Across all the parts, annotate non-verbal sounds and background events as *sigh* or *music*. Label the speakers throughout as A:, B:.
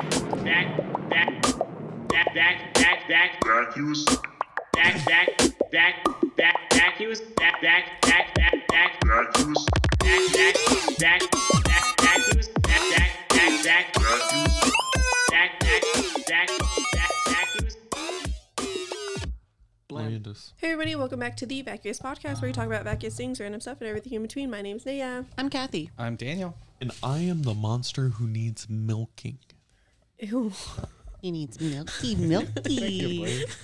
A: Back, back, back, back, back, back,
B: vacuous,
A: back, back, back, back, back. He was back, back, back, back, back.
B: vacuous,
A: back, back, back, back, back. He was back, back, back, back,
B: vacuous,
A: back, back, back, back, back. He was.
C: Blend. Just,
D: Hey everybody, welcome back to the Vacuous Podcast where we talk about vacuous things, random stuff, and everything in between. My name's Naya.
E: I'm Kathy.
F: I'm Daniel.
C: and I am the monster who needs milking.
D: Ew.
E: He needs *laughs* milky,
F: E.
E: milky.
F: *laughs*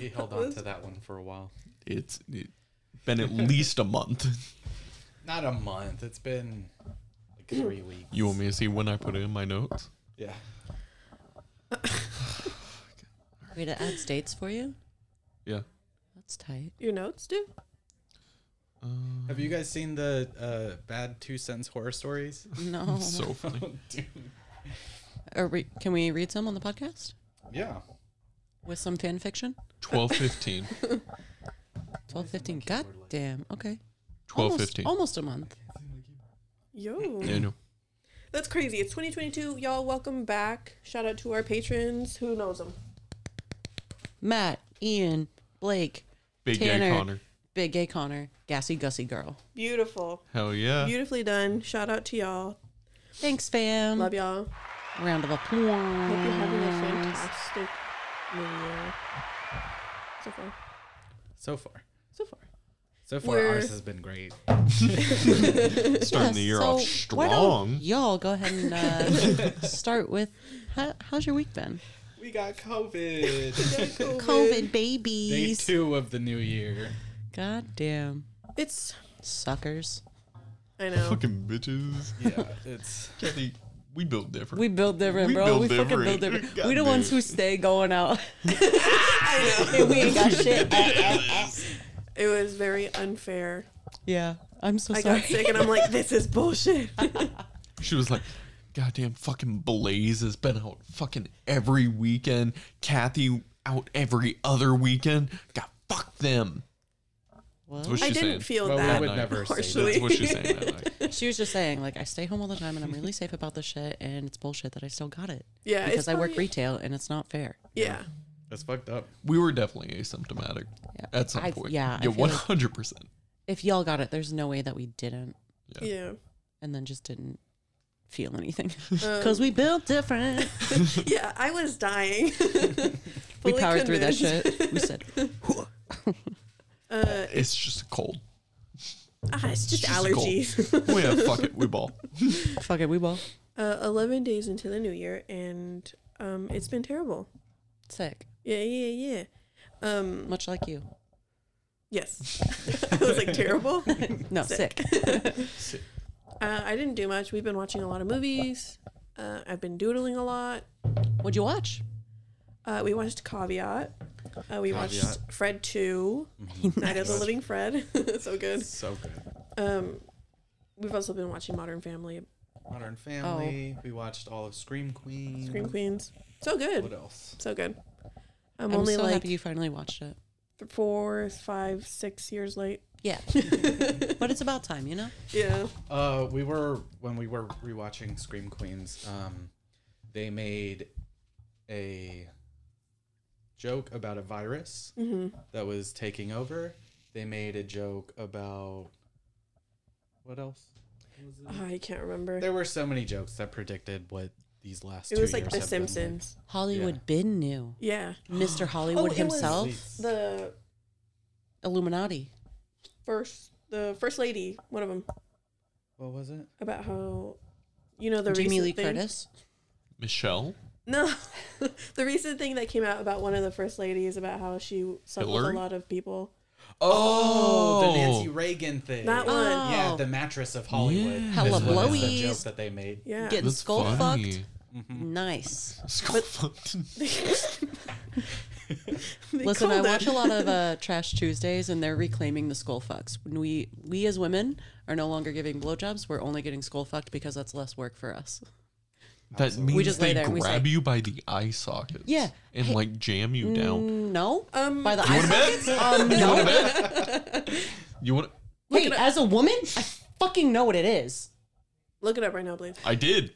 F: He held on to that one for a while.
C: It's it, been
E: *laughs*
C: at least a month. *laughs*
F: Not a month. It's been like three weeks.
C: You want me to see when I put it in my notes?
F: Yeah.
E: Way to add states for you.
C: Yeah.
E: That's tight.
D: Your notes, dude?
C: Uh,
F: Have you guys seen the uh, bad two cents horror stories?
E: No.
C: *laughs* So funny.
F: Dude.
E: Are we, can we read some on the podcast
F: Yeah.
E: with some fan fiction? *laughs*
C: 1215.
E: Twelve fifteen. God damn. Okay.
C: 1215.
E: Almost, almost a month.
D: Yo.
C: Yeah, I know.
D: That's crazy. It's 2022. Y'all, welcome back. Shout out to our patrons. Who knows them?
E: Matt, Ian, Blake,
C: Big Tanner.
E: Tanner.
C: Gay Connor.
E: Big Gay Connor, Gassy Gussy Girl.
D: Beautiful.
C: Hell yeah.
D: Beautifully done. Shout out to y'all.
E: Thanks, fam.
D: Love y'all.
E: Round of applause.
D: Hope you're having a fantastic new year. So far.
F: So far.
D: So far.
F: So far,
D: We're-
F: ours has been great.
C: Starting the
E: Yes,
C: year
E: so
C: off
E: why don't
C: strong.
E: Y'all go ahead and uh, start with how, how's your week been?
F: We got COVID.
E: COVID
F: *laughs* Day
E: babies.
F: two of the new year.
E: God damn.
D: It's.
E: Suckers.
C: *laughs*
D: I know.
C: Fucking
E: *laughs*
C: bitches.
F: Yeah. *laughs* It's.
C: Kathy, we built different.
E: We build different,
C: We
E: bro.
C: build
E: we fucking
C: different.
E: build different.
C: God
E: we the
C: damn.
E: ones who stay going
D: *laughs*
E: out. And we ain't got shit.
D: It was very unfair.
E: yeah. I'm so
D: I
E: sorry.
D: got sick and I'm like, this
E: *laughs*
D: is bullshit.
C: She was like, goddamn fucking Blaze has been out fucking every weekend. Kathy out every other weekend. God, fuck them.
E: Well,
C: That's what
D: I
C: she's
D: didn't
C: saying.
D: feel
F: Well, we
D: that.
F: would never say that.
D: partially.
C: That's what she's saying. I like.
E: she was just saying, like, I stay home all the time and I'm really safe about this shit and it's bullshit that I still got it.
D: Yeah, it's
E: Because I work
D: probably-
E: retail and it's not fair.
D: Yeah.
F: That's fucked up.
C: We were definitely asymptomatic
E: Yeah.
C: at some
E: I-
C: point.
E: yeah, I
C: yeah,
E: feel
C: one
E: like-
C: hundred percent. *laughs*
E: If y'all got it, there's no way that we didn't *laughs*
D: Yeah.
E: and then just didn't feel anything.
D: Um,
E: Because we built different.
D: *laughs* Yeah, I was dying. *laughs*
E: we
D: Fully
E: powered through that
D: convinced.
E: shit. We said,
C: It's just a cold.
D: Uh, Ah, it's
C: It's
D: just
C: just a cold.
D: allergies.
C: Well, yeah, fuck it, we ball.
E: fuck it, we ball.
D: Uh, 11 days into the new year, and um, it's been terrible.
E: Sick.
D: Yeah, yeah, yeah. Um,
E: Much like you.
D: yes. *laughs* I was like,
E: *laughs*
D: terrible?
E: No, sick.
D: Uh, I didn't do much. We've been watching a lot of movies. Uh, I've been doodling a lot.
E: What'd you watch?
D: Uh, we watched Caveat. Uh, we watched
F: Caveat.
D: Fred 2, Night of the Living Fred. *laughs* so good.
F: So good.
D: Um, we've also been watching Modern Family,
F: Modern Family. We watched all of Oh. Scream Queen.
D: Scream Queens. So good.
F: Mm-hmm. What else?
D: So good. I'm,
E: I'm,
D: only
E: so
D: like
E: happy you finally watched it.
D: th- four, five, six years
F: *laughs*
D: late.
E: Yeah. but it's about time, you know?
D: Yeah.
F: Uh, we were when we were rewatching Scream Queens. Um, they made a joke about a virus
D: Mm-hmm.
F: that was taking over. They made a joke about what else?
D: I can't remember.
F: There were so many jokes that predicted what these last.
D: it
F: two
D: was like
F: years
D: The
F: have been
D: Simpsons.
E: Hollywood Bin knew.
D: Yeah. *gasps*
E: Mr. Hollywood
D: Oh, it was-
E: himself.
D: The
E: Illuminati.
D: first, the first lady, one of them,
F: What was it?
D: about how, you know, the
E: Jamie
D: recent
E: Lee
D: thing.
E: Curtis.
C: Michelle,
D: No, *laughs* the recent thing that came out about one of the first ladies about how she slept with a
C: Hillary?
D: lot of people.
F: Oh,
C: Oh.
F: the Nancy Reagan thing.
D: That one.
F: yeah,
E: Oh.
F: the mattress of Hollywood.
C: Yeah.
F: is
E: Hella
F: what is
E: blowies.
F: The joke that they made.
D: Yeah.
E: Getting
C: that's
E: skull
C: funny. Mm-hmm.
E: fucked. Nice.
C: Skull
E: *laughs*
C: fucked.
D: *laughs* They
E: Listen, I
D: called it.
E: watch a lot of
D: *laughs*
E: uh, Trash Tuesdays, and they're reclaiming the skull fucks. When we we as women are no longer giving blowjobs, we're only getting skull fucked because that's less work for us.
C: That means
E: just lay
C: they
E: there and we
C: grab
E: say-
C: you by the eye sockets.
E: Yeah.
C: and like jam you down.
E: Mm, No,
D: Um,
E: by the eye sockets.
C: *laughs*
E: Um,
C: You
E: no.
C: wanna bet?
E: *laughs*
C: You want?
E: Wait, as a woman, I fucking know what it is.
D: Look it up right now, please.
C: I did.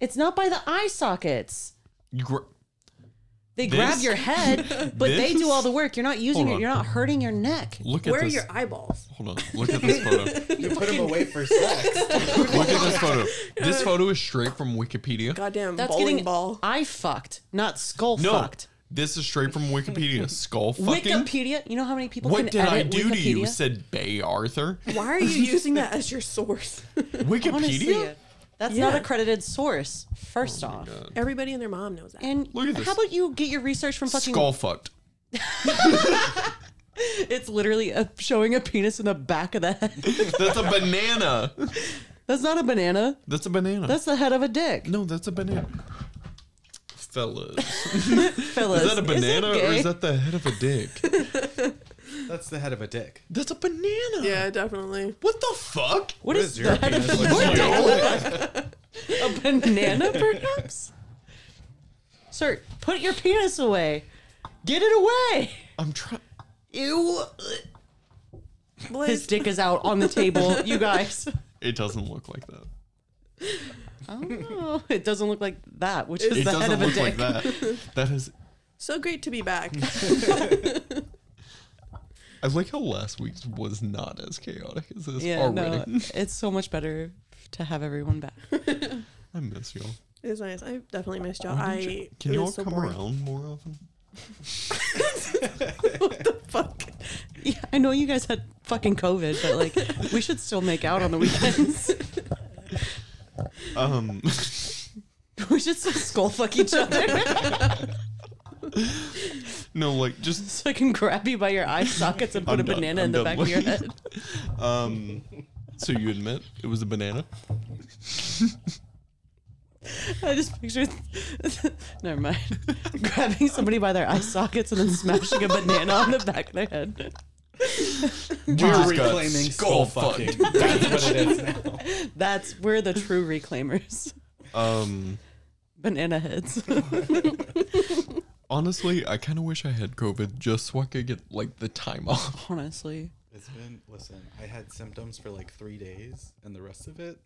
E: It's not by the eye sockets.
C: You gr-
E: They grab
C: This-
E: your head, but they
C: *laughs*
E: do
C: This-
E: all the work. You're not using
C: Hold
E: it.
C: on.
E: You're not hurting your neck.
C: look at
D: Where are
C: this.
D: your eyeballs?
C: Hold on. Look at this
E: *laughs*
C: photo.
F: You put him
D: *laughs*
F: away for sex.
C: look at this photo. This photo is straight from Wikipedia.
D: Goddamn
E: That's
D: bowling
E: getting
D: ball.
E: eye fucked, not skull
C: no,
E: fucked.
C: this is straight from Wikipedia. Skull fucking.
E: Wikipedia. You know how many people can
C: What did I
E: edit
C: do to you?
E: Wikipedia?
C: Said Bay
E: *laughs*
C: Arthur.
D: Why are you using that as your source? *laughs*
E: I wanna
C: *laughs*
E: see
C: Wikipedia.
E: it. uh, That's
D: Yeah.
E: not a credited source. First off,
D: Everybody and their mom knows that.
E: and
C: Oh Look at this.
E: how about you get your research from fucking?
C: Skull fucked.
E: *laughs* It's literally a, showing a penis in the back of
C: *laughs*
E: the head.
C: That's a banana.
E: That's not a banana.
C: That's a banana.
E: That's the head of a dick.
C: no, that's a banana. Fellas,
E: Fellas,
C: is that a banana
E: it
C: or
E: gay?
C: is that the head of a dick?
F: That's the head of a dick.
C: That's a banana.
D: Yeah, definitely.
C: What the fuck?
E: *laughs* what is the
F: your
E: head of
F: penis
E: a
F: look
E: *laughs*
F: like?
E: a
C: *laughs*
E: banana, perhaps? Sir, put your penis away. Get it away.
C: I'm trying.
E: Ew. His
C: *laughs*
D: Blaze,
E: dick is out on the table, you guys. *laughs*
C: It doesn't look like that.
E: Oh, it doesn't look like that, which is
C: It
E: the head
C: doesn't
E: of a
C: look like
E: dick.
C: that.
E: *laughs*
C: That is.
D: so great to be back.
C: I like how last week's was not as chaotic as this
E: Yeah,
C: already.
E: no, it's so much better to have everyone
C: *laughs*
E: back.
C: I miss y'all.
D: It was nice. I definitely missed y'all.
C: Why
D: I
C: don't you- can
D: it
C: y'all
D: was so
C: come
D: boring.
C: around more often?
D: Fuck.
E: Yeah, I know you guys had fucking COVID, but like we should still make out on the weekends. *laughs*
C: Um, *laughs*
E: we should still skull fuck each other *laughs*
C: no, like just
E: so I can grab you by your eye sockets and put
C: I'm
E: a
C: done.
E: banana
C: I'm
E: in
C: done
E: the back
C: *laughs*
E: of your
C: looking.
E: head.
C: Um, so you admit it was a banana?
E: I just picture *laughs* never mind. *laughs* Grabbing somebody by their eye sockets and then smashing a banana on the back of their head.
C: We
F: We're
C: just got
F: reclaiming skull fucking.
C: fucked.
F: *laughs* That's what it is now.
E: That's we're the true reclaimers.
C: Um,
E: Banana heads.
C: honestly, I kind of wish I had COVID just so I could get like the time off.
E: *laughs* Honestly.
F: It's been listen. I had symptoms for like three days, and the rest of it,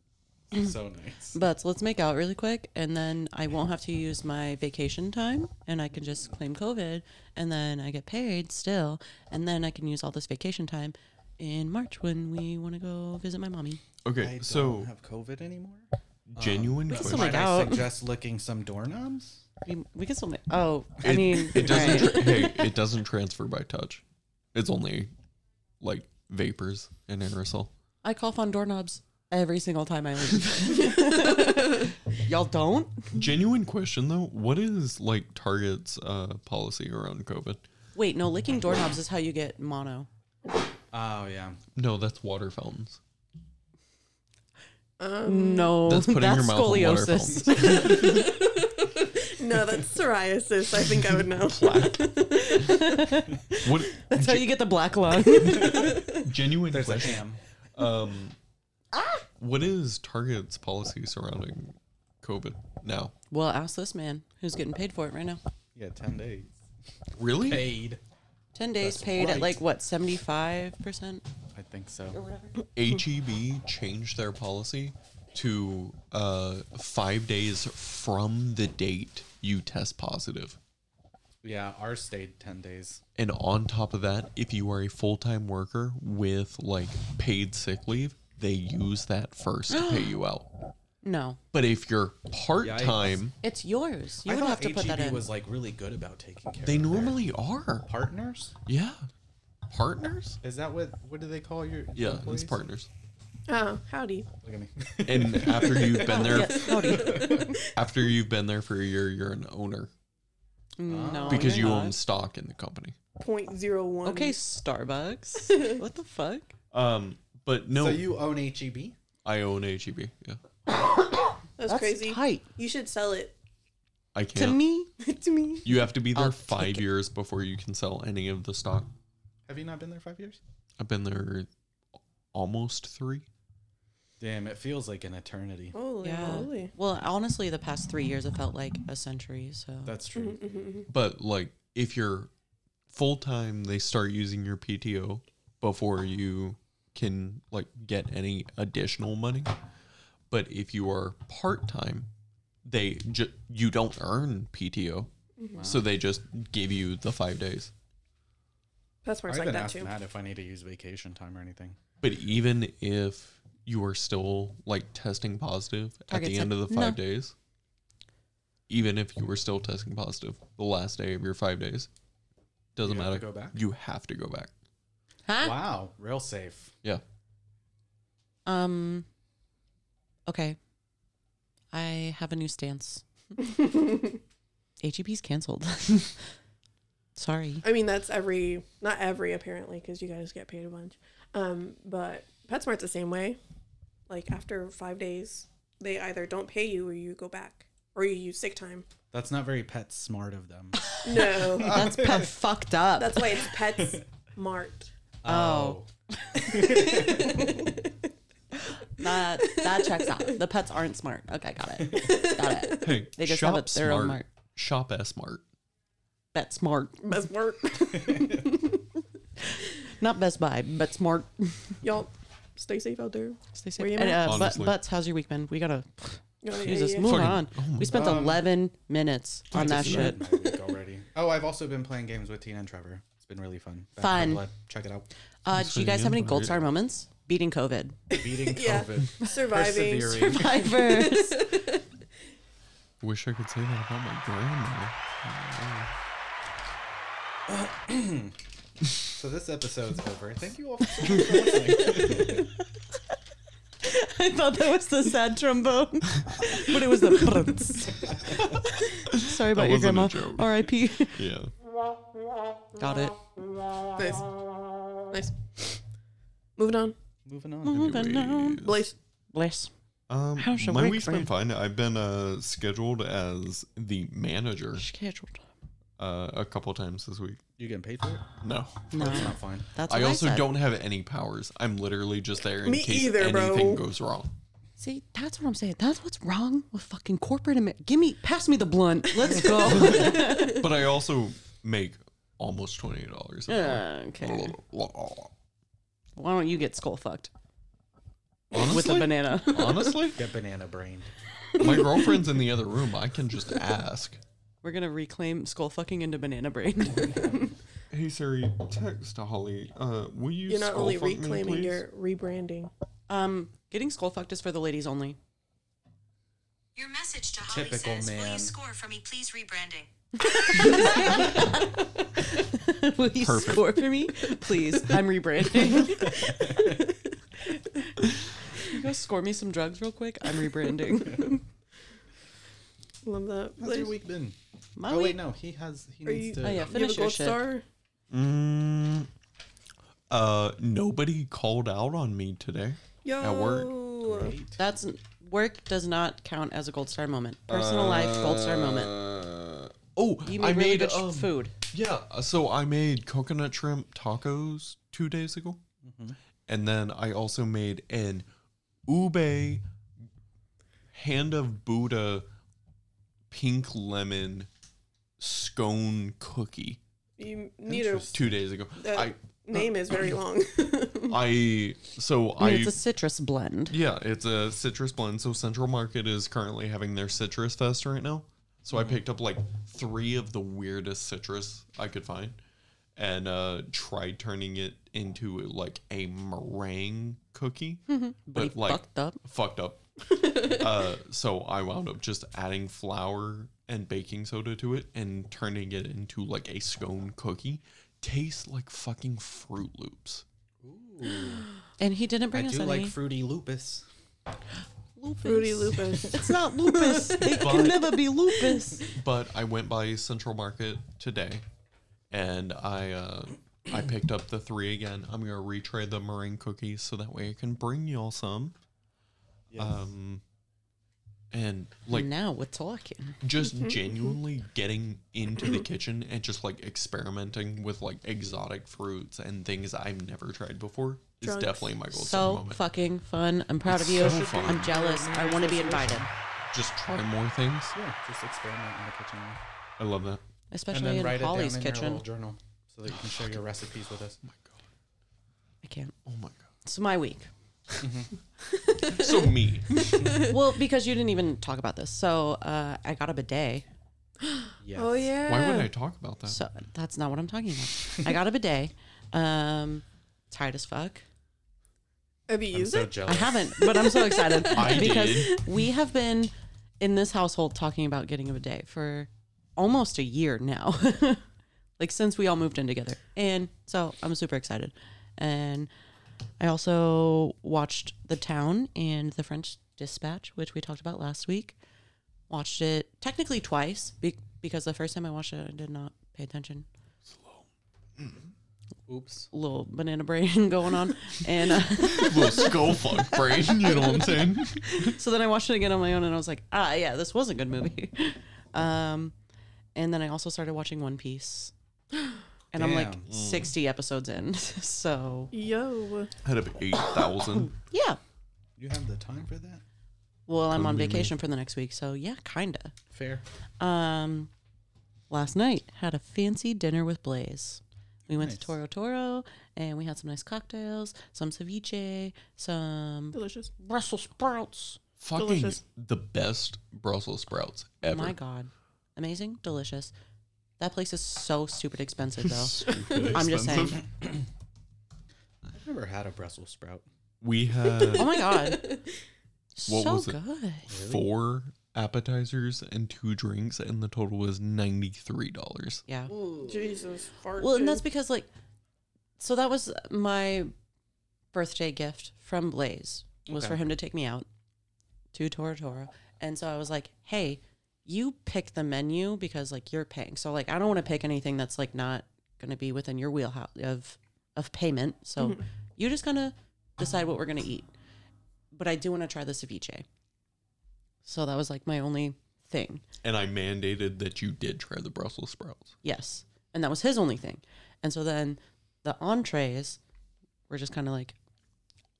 F: so nice.
E: But let's make out really quick, and then I won't have to use my vacation time, and I can just claim COVID, and then I get paid still, and then I can use all this vacation time in March when we want to go visit my mommy.
F: I
C: Okay,
F: don't
C: so
F: have um, COVID anymore.
C: genuine
E: can still
C: question.
E: make
F: Might I
E: out.
F: suggest licking some doorknobs?
E: We, we can still make. Oh, I mean,
C: It doesn't.
E: right.
C: Tra- hey, it doesn't transfer by touch. It's only like vapors and aerosol.
E: I cough on doorknobs every single time I leave.
C: *laughs*
E: Y'all don't?
C: Genuine question though, what is like Target's uh, policy around COVID?
E: Wait, no, licking doorknobs is how you get mono.
F: Oh yeah.
C: No, that's water fountains.
E: No,
C: That's
E: that's,
C: putting your mouth on water
E: scoliosis.
D: No, that's psoriasis. I think I would know.
C: What
E: that's how you get the black lung.
C: genuine
F: There's a
C: question?
F: ham.
C: Um, what is Target's policy surrounding COVID now?
E: well, ask this man who's getting paid for it right now.
F: Yeah, ten days.
C: Really?
F: Paid.
E: 10 days
F: That's
E: paid
F: right.
E: at like what 75%
F: I think so.
C: HEB E changed their policy to uh, five days from the date you test positive.
F: Yeah, ours stayed ten days.
C: And on top of that, if you are a full time worker with like paid sick leave, they use that first to pay you out.
E: no
C: But if you're part time,
E: it's yours you
F: I
E: would
F: thought
E: have to put that
F: HEB
E: in
F: was like really good about taking care.
C: they
F: of their
C: normally are.
F: partners.
C: Yeah. Partners?
F: Is that what? What do they call your?
C: Yeah,
F: employees?
C: it's partners.
D: *laughs* Oh, howdy.
F: Look at me. *laughs*
C: And after you've been there
E: Yes, howdy.
C: after you've been there for a year, you're an owner
E: *laughs*
F: Ah.
E: no
C: because
E: you're
C: you
E: not.
C: own stock in the company.
D: Point zero one. *laughs*
E: okay starbucks what the fuck
C: Um, but no,
F: So you own E HEB?
C: I own HEB. Yeah,
D: that's,
E: that's
D: crazy.
E: tight
D: You should sell it
C: I
E: to
C: can't.
E: me
D: to me.
C: you have to be there
E: I'll
C: five
E: take it.
C: years before you can sell any of the stock.
F: Have you not been there five years?
C: I've been there almost three.
F: Damn, it feels like an eternity.
D: Holy
E: yeah
D: moly.
E: well honestly the past three years it felt like a century so
F: That's true.
E: Mm-hmm,
C: But like, if you're full time, they start using your PTO before you can like get any additional money. But if you are part time, they ju- you don't earn PTO, so they just give you the five days.
D: Passport's
F: I've
D: like
F: been
D: that
F: asking
D: too.
F: that if I need to use vacation time or anything.
C: But even if you are still like testing positive at
E: Target's
C: the end
E: like,
C: of the five
E: "No."
C: days, even if you were still testing positive the last day of your five days, doesn't
F: You have
C: matter.
F: to go back?
C: You have to go back.
E: Huh?
F: Wow, real safe.
C: Yeah.
E: Um. Okay. I have a
D: *laughs*
E: new stance. AGP's canceled. *laughs* Sorry.
D: I mean, that's every, not every apparently, because you guys get paid a bunch. Um, but PetSmart's the same way. Like after five days, they either don't pay you or you go back or you use sick time.
F: That's not very pet smart of them.
D: No,
E: *laughs* That's pet fucked up.
D: that's why it's Pets Mart.
E: *laughs* Oh. that that checks out. The pets aren't smart. Okay, got it. Got it.
C: Hey,
E: They just have
C: shop
E: a- their own
C: smart.
E: mark.
C: Shop S smart.
E: Bet smart.
D: Best
E: *laughs*
D: Mart.
E: Not Best Buy, but smart.
D: Y'all stay safe out there.
E: Stay
D: Where you
E: safe. And,
D: at?
E: uh, but,
C: Honestly.
E: Butts, how's your week been? We gotta
D: Y'all- yeah,
E: Jesus,
D: yeah.
E: move
C: Fucking-
E: on.
C: oh my
E: we spent
F: God.
E: eleven minutes on that shit.
F: Ruined my week
E: *laughs*
F: already. Oh, I've also been playing games with Tina and Trevor. It's been really fun. Back for
E: Fun.
F: Blood. Check it out.
E: *laughs* Uh, do you guys have any gold star moments? Beating COVID.
F: Beating
D: Yeah.
F: COVID.
D: Surviving.
E: *laughs*
F: Persevering.
E: Survivors.
C: Wish I could say that about my grandma.
F: So this episode's over. Thank you all
E: *laughs*
F: for so much for listening.
E: *laughs* I thought that was the sad trombone, *laughs* but it was
C: *laughs*
E: the. brunts. Sorry about your
C: wasn't
E: grandma.
C: a joke.
E: *laughs* R.I.P.
C: Yeah.
E: Got it.
D: Nice. Nice. Moving on.
F: Moving
E: Mm-hmm.
F: on.
C: Anyways.
D: Blaze.
E: Bless.
C: Um,
E: How's your
C: my
E: week
C: week's
E: been?
C: been fine. I've been uh, scheduled as the manager
E: Scheduled.
C: uh, a couple times this week.
F: You getting paid for it?
C: No,
E: No,
F: That's not fine.
E: that's what
C: I also
E: said.
C: don't have any powers. I'm literally just there in
D: Me
C: case
D: either, bro.
C: anything goes
E: *laughs*
C: wrong.
E: See, that's what I'm saying. That's what's wrong with fucking corporate America. Give me, pass me the blunt. Let's go. *laughs*
C: But I also make almost twenty dollars.
E: okay. Why don't you get skull fucked with a
C: Honestly,
E: banana? *laughs*
C: honestly,
F: Get banana brained.
C: my girlfriend's in the other room. I can just ask.
E: We're gonna reclaim skull fucking into banana brain. *laughs*
C: Hey Siri, text Holly. Uh, will you?
D: You're not
C: skull
D: only
C: fuck me,
D: reclaiming,
C: please?
D: you're rebranding.
E: um, getting skull fucked is for the ladies only. *laughs*
B: Your message to Holly
F: Typical
B: says, "Will
F: man.
B: you score for me, please?" Rebranding.
E: Will you
C: Perfect.
E: score for me, please? I'm rebranding. *laughs* you go score me some drugs real quick.
C: *laughs*
E: I'm rebranding.
D: Love that.
F: How's your
D: Blaze.
F: week been?
E: My
F: oh
E: week-
F: wait, no. He has. He
D: Are
F: needs
D: you-
E: Oh
F: to.
E: yeah,
D: You have a
E: finish your
D: gold
E: shit.
D: star?
C: Mm, uh, nobody called out on me today.
D: Yo.
C: At work.
E: That's work does not count as a gold star moment. Personal life gold star moment.
C: Uh, oh,
E: You
C: I
E: made really good sh-
C: um,
E: food.
C: Yeah, uh, so I made coconut shrimp tacos two days ago,
E: Mm-hmm.
C: and then I also made an ube hand of Buddha pink lemon scone cookie
D: You need a
C: two days ago.
D: that
C: I
D: name is very *laughs* long.
C: I so
E: I
C: I
E: mean, it's a citrus blend.
C: Yeah, it's a citrus blend. So Central Market is currently having their citrus fest right now. So I
E: Mm-hmm.
C: picked up like three of the weirdest citrus I could find and uh tried turning it into like a meringue cookie.
E: *laughs* But he fucked up.
C: Fucked
E: *laughs*
C: up. uh, so I wound up just adding flour and baking soda to it and turning it into like a scone cookie. Tastes like fucking Fruit Loops.
E: And he didn't
F: I
E: bring us
F: do
E: any.
F: like fruity lupus.
E: lupus.
D: Fruity *laughs* Lupus.
E: It's not
F: *laughs*
E: lupus. It
C: But-
E: can never be lupus.
C: but I went by Central Market today, and I uh, I picked up the three again. I'm gonna retrade the meringue cookies so that way I can bring y'all some. Um, and like
E: now we're talking.
C: just genuinely getting into the kitchen and just like experimenting with like exotic fruits and things I've never tried before is
D: Drunks.
C: definitely my goal.
E: so
C: moment.
E: fucking fun. I'm proud
C: It's
E: of you.
C: so fun.
E: I'm jealous. I want to be invited,
C: just try more things.
F: Yeah, just experiment in the kitchen.
C: I love that.
F: and
E: especially
F: then
E: in
F: write it
E: Holly's
F: down in your
E: kitchen.
F: little journal so that you can share your recipes with us.
E: I can't. *laughs*
C: Oh my god.
E: So my week.
C: So me.
E: well, because you didn't even talk about this, so uh, I got a bidet.
F: Yes.
D: Oh yeah.
C: Why would I talk about that?
E: So that's not what I'm talking about. I got a bidet. Um, tired as fuck.
D: Have you
F: I'm
D: used
F: so
D: it?
E: I
F: jealous.
E: haven't, but I'm so
C: *laughs*
E: excited
C: I
E: because
C: did.
E: we have been in this household talking about getting a bidet for almost a year now, *laughs* like since we all moved in together. And so I'm super excited. And I also watched The Town and The French Dispatch, which we talked about last week. Watched it technically twice be- because the first time I watched it, I did not pay attention. Uh-huh.
F: Oops.
E: Little banana brain *laughs* going on, and. Uh,
C: Little skull fuck brain, you know what I'm saying?
E: So then I watched it again on my own, and I was like, ah, yeah, this was a good movie. *laughs* Um, and then I also started watching One
F: *gasps*
E: Piece, and I'm like
F: Damn. Mm.
E: 60 episodes in. *laughs* so
D: Yo.
C: Had up eight thousand.
E: yeah,
F: You have the time for that?
E: well, I'm
C: Couldn't
E: on
C: be me.
E: vacation for the next week, so yeah, kinda.
F: Fair.
E: Um, last night had a fancy dinner with Blaze. We went
F: Nice.
E: to Toro Toro, and we had some nice cocktails, some ceviche, some
D: Delicious.
E: Brussels sprouts.
C: Fucking
D: Delicious.
C: the best Brussels sprouts
E: Oh
C: ever.
E: my god, amazing, delicious. That place is so stupid expensive though. I'm just saying.
F: I've never had a Brussels sprout.
C: We
E: Oh
C: had
E: my god.
C: *laughs* What
E: so
C: was it?
E: good.
C: four appetizers and two drinks, and the total was ninety three dollars.
E: Yeah.
D: Jesus. Fart
E: Well, and that's because like so that was my birthday gift from Blaze was
F: Okay.
E: for him to take me out to Toro Toro. And so I was like, "Hey, you pick the menu because like you're paying. So like I don't want to pick anything that's like not going to be within your wheelhouse of of payment. So you're just going to decide what we're going to eat. But I do want to try the ceviche." So that was like my only thing.
C: And I mandated that you did try the Brussels sprouts.
E: Yes. And that was his only thing. And so then the entrees were just kind of like,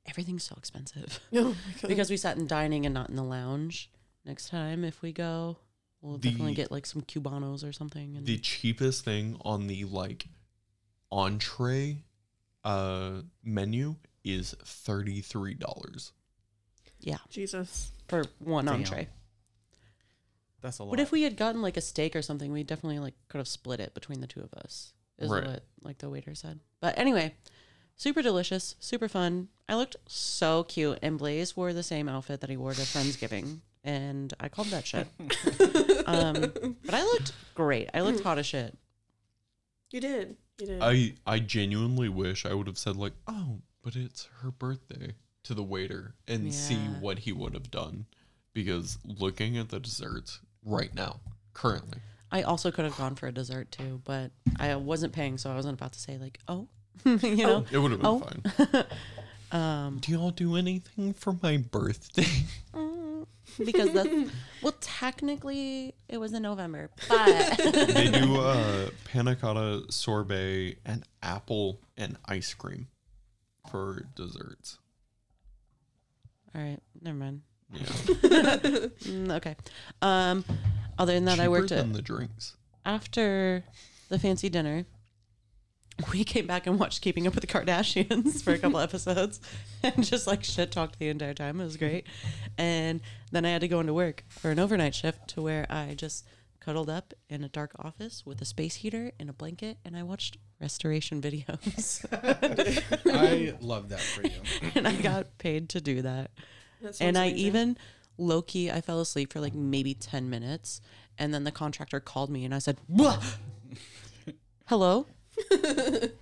E: everything's so expensive.
D: *laughs* oh my God.
E: because we sat in dining and not in the lounge. Next time, if we go, we'll definitely
C: The-
E: get like some Cubanos or something. And
C: the cheapest thing on the like entree uh menu is thirty three dollars.
E: yeah,
D: Jesus.
E: for one
F: Damn.
E: entree.
F: That's a lot.
E: But if we had gotten like a steak or something, we definitely like could have split it between the two of us. Is
C: Right.
E: what like the waiter said. But anyway, super delicious, super fun. I looked so cute, and Blaze wore the same outfit that he wore to Friendsgiving, and I called that shit. um, but I looked great. I looked hot as shit.
D: You did. You did.
C: I I genuinely wish I would have said like, oh, but it's her birthday to the waiter and see
E: Yeah.
C: what he would have done. Because looking at the desserts right now, currently,
E: I also could have gone for a dessert too, but I wasn't paying, so I wasn't about to say like, oh, *laughs* you know.
C: it would have been
E: Oh.
C: fine.
E: *laughs*
C: um, do y'all do anything for my birthday?
E: *laughs* because that's well technically it was in november but *laughs*
C: they do uh, panna cotta sorbet and apple and ice cream for
E: *laughs*
C: desserts.
E: all right never mind
C: Yeah,
E: Mm, okay um other than that i worked
C: Cheaper
E: at
C: than the drinks.
E: after the fancy dinner we came back and watched keeping up with the kardashians for
C: *laughs*
E: a couple episodes and just like shit talked the entire time it was great and then i had to go into work for an overnight shift to where i just cuddled up in a dark office with a space heater and a blanket and i watched restoration *laughs* videos
F: I love that
E: *laughs*
F: for you.
E: and i got paid to do that
D: That sounds
E: and I
D: amazing.
E: even low key, I fell asleep for like maybe 10 minutes. And then the contractor called me and I said, "Wha-
D: *laughs*
E: Hello?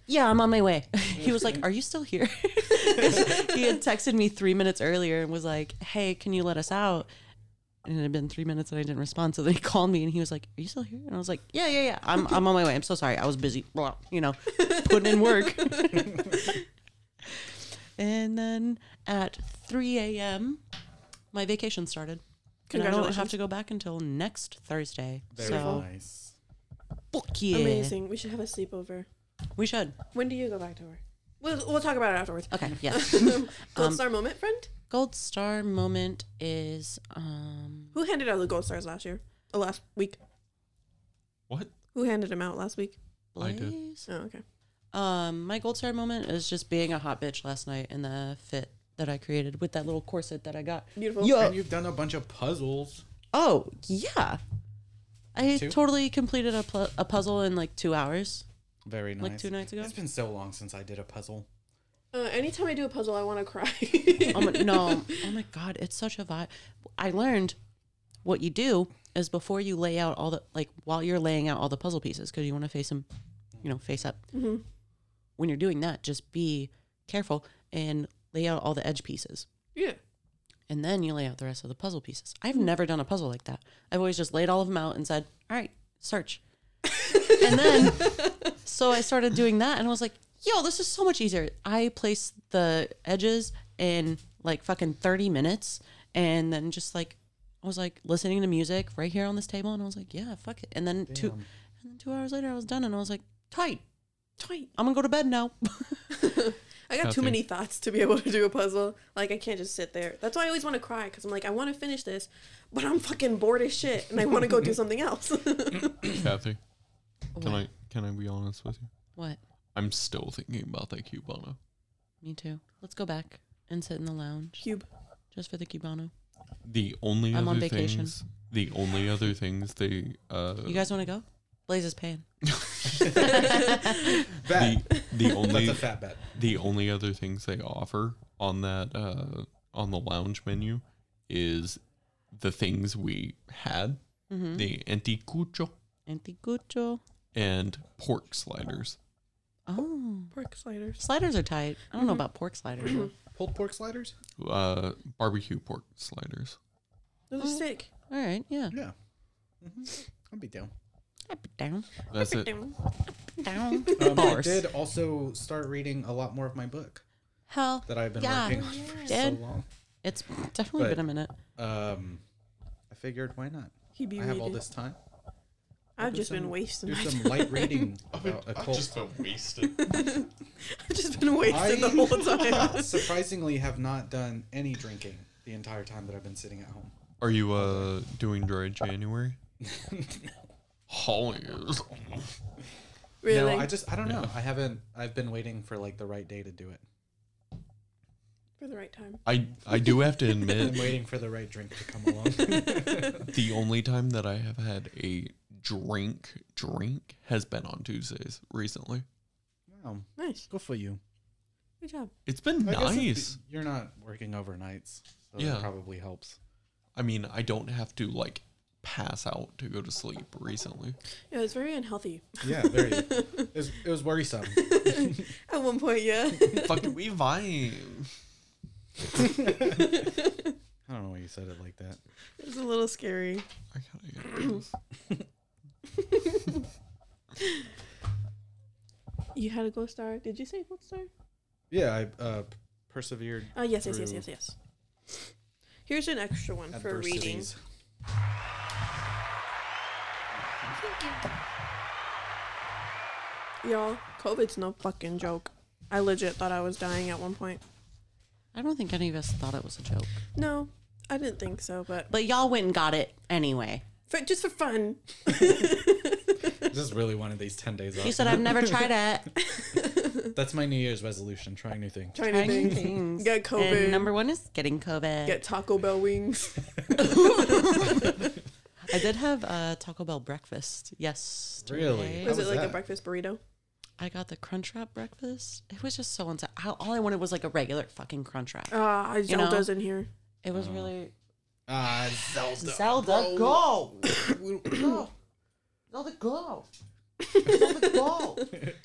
E: yeah, I'm on my way. *laughs* he was like, Are you still
D: *laughs*
E: here? 'Cause he had texted me three minutes earlier and was like, Hey, can you let us out? And it had been three minutes and I didn't respond. So then he *laughs* called me and he was like, Are you still here? And I was like, Yeah, yeah, yeah. I'm, I'm on my way. I'm so sorry. I was busy, blah, you know, putting
D: *laughs*
E: in work. and then at 3 a.m., my vacation started. And I don't have
D: Congratulations.
E: to go back until next Thursday.
F: Very
E: so,
F: nice.
E: fuck yeah.
D: Amazing. We should have a sleepover.
E: We should.
D: When do you go back to work? We'll, we'll talk about it afterwards.
E: Okay, yeah.
D: *laughs* Gold
E: Um, *laughs*
D: star moment, friend.
E: Gold star moment is um
D: Who handed out the gold stars last year? Oh, last week.
C: What?
D: Who handed them out last week?
C: I did.
E: Blaze.
D: Oh, okay.
E: Um my gold star moment is just being a hot bitch last night in the fit that I created with that little corset that I got.
D: Beautiful.
E: Yo-
F: And you've done a bunch of puzzles.
E: Oh yeah, I
F: Two?
E: totally completed a, pl- a puzzle in like two hours.
F: Very nice.
E: Like two nights ago?
F: It's been so long since I did a puzzle.
D: Uh, anytime I do a puzzle, I want to cry. *laughs*
E: Oh my, no, oh my god, it's such a vibe. I learned what you do is before you lay out all the like while you're laying out all the puzzle pieces because you want to face them, you know, face up. When you're doing that, just be careful and lay out all the edge pieces.
D: yeah.
E: and then you lay out the rest of the puzzle pieces. I've never done a puzzle like that. I've always just laid all of them out and said, "All right, search." and then so I started doing that and I was like, "Yo, this is so much easier." I placed the edges in like fucking 30 minutes and then just like I was like listening to music right here on this table and I was like, "Yeah, fuck it." And then 2 and then 2 hours later I was done and I was like, "Tight. Tight. I'm going to go to bed now." *laughs*
D: I got too
C: Nothing.
D: many thoughts to be able to do a puzzle. Like I can't just sit there. That's why I always want to cry because I'm like I want to finish this, but I'm fucking bored as shit and I want to go do something else. *laughs*
C: Kathy, can
E: What?
C: I can I be honest with you?
E: what?
C: I'm still thinking about that Cubano.
E: Me too. Let's go back and sit in the lounge
D: Cube.
E: just for the cubano.
C: The only
E: I'm on
C: other
E: vacation.
C: things, the only other things they uh
E: You guys want to go? Blaze is paying.
F: Bet.
C: the,
E: *laughs*
C: the
F: That's
C: only
F: a fat bet.
C: the only other things they offer on that uh on the lounge menu is the things we had,
E: Mm-hmm.
C: the anticucho
E: Anticucho.
C: and pork sliders.
E: Oh,
D: Pork sliders.
E: sliders are tight. I don't
D: Mm-hmm.
E: know about pork sliders. though.
F: Pulled pork sliders?
C: Uh barbecue pork sliders.
D: Those are sick.
E: All right, yeah.
F: Yeah. hmm I'll be down.
E: Down,
C: That's it.
E: *laughs* down.
F: Um, I
E: Bars.
F: did also start reading a lot more of my book
E: Hell,
F: that I've been
E: Yeah.
F: working on for
E: Did.
F: so long.
E: it's definitely
F: But-
E: been a minute.
F: Um, I figured, why not?
D: He be
F: I have all
D: reading.
F: this time.
D: I've
F: do
D: just been
F: some-
D: wasting.
F: Do
D: my
F: some
D: time.
F: light reading about occult.
C: been wasted.
D: I've *laughs* just been wasted the
F: *laughs* I-
D: whole *laughs* time.
F: Surprisingly, have not done any drinking the entire time that I've been sitting at home.
C: Are you uh doing dry January? Holly is.
D: really?
F: No, I just I don't know. I haven't. I've been waiting for like the right day to do it.
D: For the right time.
C: I I do have
F: *laughs*
C: to
F: I'm
C: admit
F: waiting for the right drink to come along.
C: *laughs* the only time that I have had a drink drink has been on Tuesdays recently.
F: wow,
D: Nice.
F: good for you.
D: Good job.
C: It's been
F: I guess
C: nice.
F: it's- You're not working overnights, so
C: Yeah.
F: that probably
C: *laughs*
F: helps.
C: I mean, I don't have to like pass out to go to sleep
F: *laughs*
C: recently.
D: Yeah, it's very unhealthy. *laughs*
F: Yeah, very. it, was, it was worrisome.
D: At one point,
F: *laughs*
D: yeah.
C: Fucking we vibe.
F: I don't know why you said it like that.
D: it's a little scary.
C: I gotta get this.
F: *clears throat*
D: You had a gold star. Did you say gold star?
F: Yeah, I uh, p- persevered.
D: Uh, yes, yes, yes,
F: through
D: yes, yes. Here's an extra one for reading.
F: adversities.
D: Y'all, COVID's no fucking joke. I legit thought I was dying at one point.
E: I don't think any of us thought it was a joke,
D: No, I didn't think so, but,
E: but y'all went and got it anyway.
D: for, just for fun.
F: This is really one of these ten days off.
E: You said I've never tried it.
F: *laughs* That's my New Year's resolution: trying new things.
D: *laughs* Trying to
E: Trying new
D: think.
E: things.
D: Get COVID.
E: And number one is getting COVID.
D: Get Taco Bell wings.
E: I did have uh, Taco Bell breakfast. Yes.
F: Really?
D: Was it
F: How was
D: like a
F: that?
D: breakfast burrito?
E: I got the Crunchwrap breakfast. It was just so insane. All I wanted was like a regular fucking Crunchwrap.
D: Ah, uh,
E: You know?
D: Zelda's in here.
E: It was really
F: Ah, Zelda.
E: Zelda, go! go! Zelda, go! Zelda, go!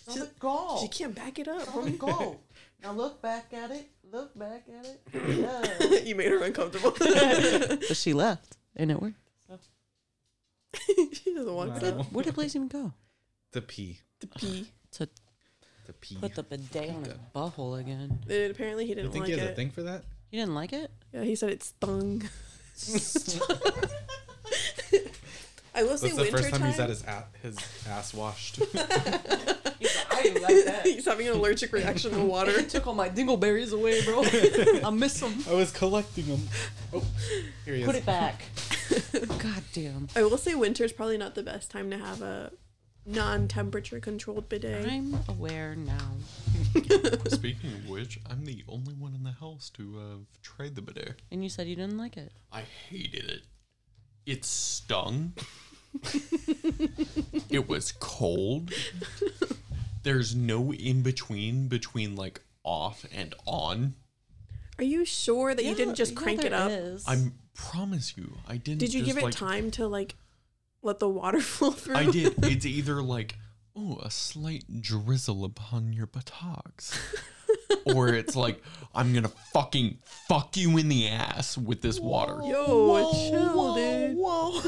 E: Zelda,
D: She
E: go!
D: can't back it up,
E: Zelda,
D: homie.
E: go! Now look back at it. Look back at it. Yeah.
D: *laughs* you made her uncomfortable.
E: *coughs* But she left, and it worked.
D: she doesn't want
F: Wow.
D: to
E: Where did Blaze even go?
F: The P.
D: pee.
E: To
F: The P.
E: put the bidet on his butthole again.
D: It, apparently, he
F: I
D: didn't
F: think
D: like
F: he has a
D: it.
F: thing for that.
E: You didn't like it?
D: Yeah, he said it stung.
F: *laughs*
D: *laughs* I will say
F: That's the
D: winter
F: first time,
D: time.
F: he's had his a his ass washed.
E: *laughs*
F: *laughs*
E: I didn't like that.
D: *laughs* he's having an allergic reaction to
F: *laughs*
D: water.
E: Took all my dingleberries away, *laughs* bro. I miss them.
F: I was collecting them. Oh, here he is.
E: Put it *laughs* back. God damn.
D: I will say winter's probably not the best time to have a non-temperature controlled bidet.
E: I'm aware now.
C: Speaking of which, I'm the only one in the house to have tried the bidet.
E: And you said you didn't like it.
C: I hated it. It stung. it was cold. There's no in between between like off and on.
D: Are you sure that you didn't just
E: Yeah,
D: crank it
E: there
D: up?
E: is.
C: I promise you, I didn't.
D: Did you
C: just,
D: give it
C: like-
D: time to like let the water *laughs* flow through?
C: I did. It's either like, oh, a slight drizzle upon your buttocks. or it's like, I'm gonna fucking fuck you in the ass with this water.
D: Yo, chill, dude.
C: whoa.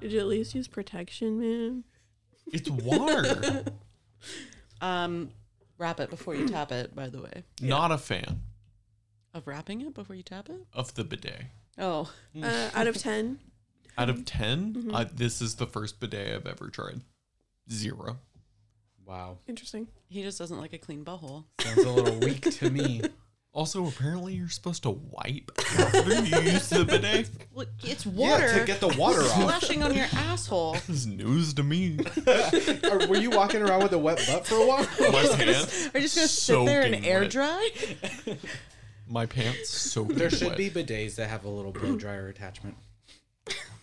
D: Did you at least use protection, man?
C: It's
D: *laughs*
C: water.
E: Um, wrap it before you tap it. By the way,
C: Not a fan
E: of wrapping it before you tap it.
C: of the bidet.
E: Oh,
C: Mm.
D: Uh, out of ten,
C: Out
E: Mm-hmm.
C: of 10, uh, this is the first bidet I've ever tried. Zero.
F: Wow.
D: interesting.
E: he just doesn't like a clean butthole.
F: Sounds a little weak to me.
C: Also, apparently, you're supposed to wipe after
E: *laughs*
C: you use the bidet.
E: Well, it's *laughs* water.
F: Yeah, to get the
E: *laughs*
F: water off.
E: splashing on your asshole.
C: This is news to me.
F: Or were you walking around with a wet butt for a
E: *laughs*
F: while?
C: My pants,
E: Are you just gonna sit there and
C: Soaking
E: air
C: wet.
E: dry?
C: my pants soaking
F: There should
C: wet.
F: be bidets that have a little blow dryer attachment.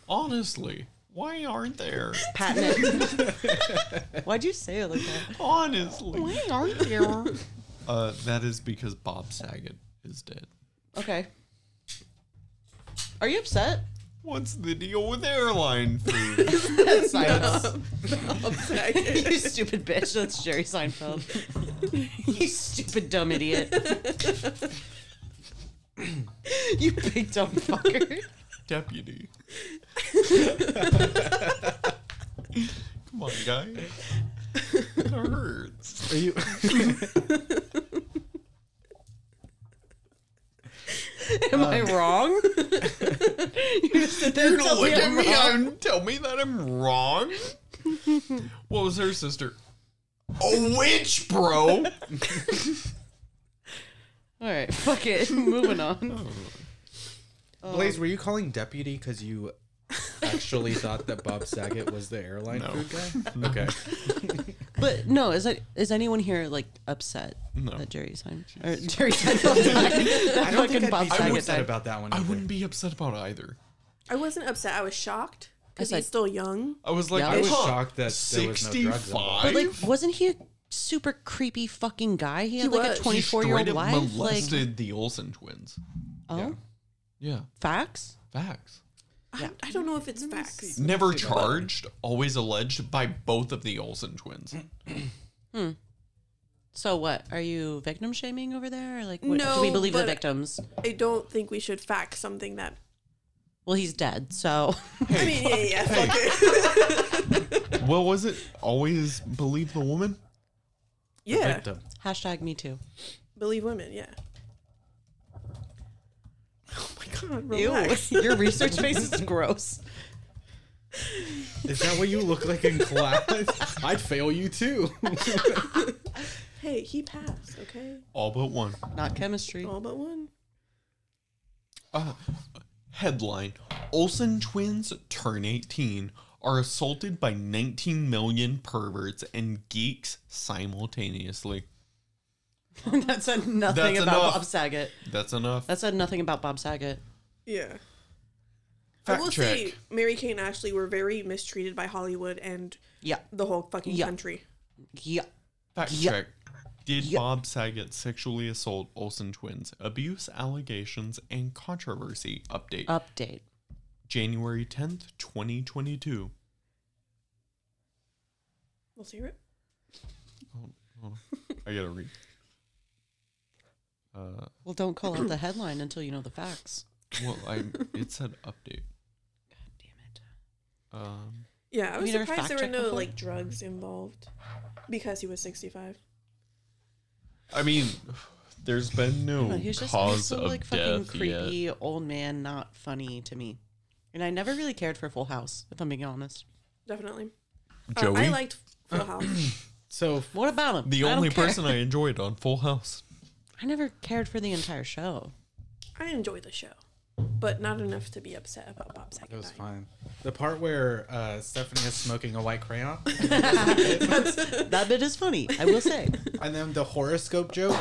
C: Honestly, why aren't there?
E: Patent it.
F: *laughs*
E: Why'd you say it like that?
C: Honestly.
E: aren't there?
C: *laughs* Uh, that is because Bob Saget is dead.
E: Okay. Are you upset?
C: What's the deal with airline food?
E: *laughs* you stupid bitch. That's Jerry *laughs* Seinfeld. you stupid dumb *laughs* idiot. you big dumb fucker.
C: Deputy. Come on, guy. It hurts.
E: *laughs*
F: Are you?
E: Am I
F: Uh,
E: wrong? you just sit there and tell me
C: Look at
E: I'm
C: me
E: wrong.
C: and tell me that I'm wrong. What was her sister? A witch, bro.
E: All right, fuck it. *laughs* Moving on. Oh.
F: Blaze, were you calling deputy because you actually thought that Bob Saget was the airline
C: No.
F: food guy?
C: *laughs*
F: Okay.
E: But no, is it is anyone here like upset
C: No.
E: that Jerry Seinfeld or *laughs* Jerry Seinfeld died? That
F: I don't think
E: fucking
F: I'd
E: Bob
F: be
E: Saget
F: so upset
E: died.
F: about that one.
C: I
F: either.
C: wouldn't be upset about either.
D: I wasn't upset. I was shocked because
E: I said-
D: he's still young.
C: I was like,
E: Yeah.
F: I was
C: huh,
F: shocked that there was no drugs involved.
C: 65?
E: But like, wasn't he a super creepy fucking guy? He had
D: He
E: like
D: was.
E: a
D: He
E: twenty four year old
C: straight up
E: wife. Like,
C: molested the Olsen twins.
E: oh,
F: Yeah.
C: Yeah,
E: facts.
C: facts.
E: Yeah.
D: I, I don't know if it's facts.
C: Never charged, always alleged by both of the Olsen twins.
E: So what? Are you victim shaming over there? Or like, what, do
D: No,
E: we believe the
D: but-
E: victims?
D: I don't think we should fact something that.
E: Well, he's dead, so *laughs*
D: I mean, yeah, yeah, fuck
C: *laughs*
D: it.
C: What was it? Always believe the woman?
D: yeah.
F: Victim.
E: hashtag me too.
D: Believe women, yeah. *laughs* Oh my god, relax.
E: Your research face is gross.
F: Is that what you look like in class? I'd fail you too.
D: Hey, he passed, okay?
C: All but one.
E: Not chemistry.
D: All but one.
C: Uh, headline Olsen twins turn 18, are assaulted by 19 million perverts and geeks simultaneously.
E: *laughs* that said nothing
C: That's
E: about
C: enough.
E: Bob Saget.
C: That's enough.
E: That said nothing about Bob Saget.
D: Yeah.
C: Fact
D: I will
C: check.
D: say Mary Kate and Ashley were very mistreated by Hollywood and
E: Yeah,
D: the whole fucking
E: Yeah.
D: country.
E: yeah.
C: Fact
E: Yeah.
C: check. Did
E: Yeah.
C: Bob Saget sexually assault Olsen twins? Abuse allegations and controversy update.
E: Update.
C: January 10th, 2022.
D: We'll see it.
C: Hold hold on. I gotta read. Uh,
E: Well, don't call out the headline until you know the facts.
C: well, I it said update.
E: God damn it.
C: Um,
D: Yeah, I
E: Have
D: was
E: you never
D: surprised there were
E: fact-checked
D: no
E: before?
D: like drugs involved because he was 65.
C: I mean, there's been no
E: But he's just
C: Oh, cause
E: also,
C: of
E: like fucking
C: death
E: creepy
C: yet.
E: old man, not funny to me. And I never really cared for Full House, if I'm being honest.
D: Definitely. Uh,
C: Joey,
D: I liked Full House.
F: So
E: What about him?
C: the
E: I don't
C: only
E: care.
C: person I enjoyed on Full House.
E: I never cared for the entire show.
D: I enjoy the show. but not enough to be upset about Bob Saget.
F: It was
D: dying.
F: fine. The part where uh, Stephanie is smoking a white crayon,
E: That bit is funny, I
C: *laughs*
E: will say.
F: and then the horoscope joke,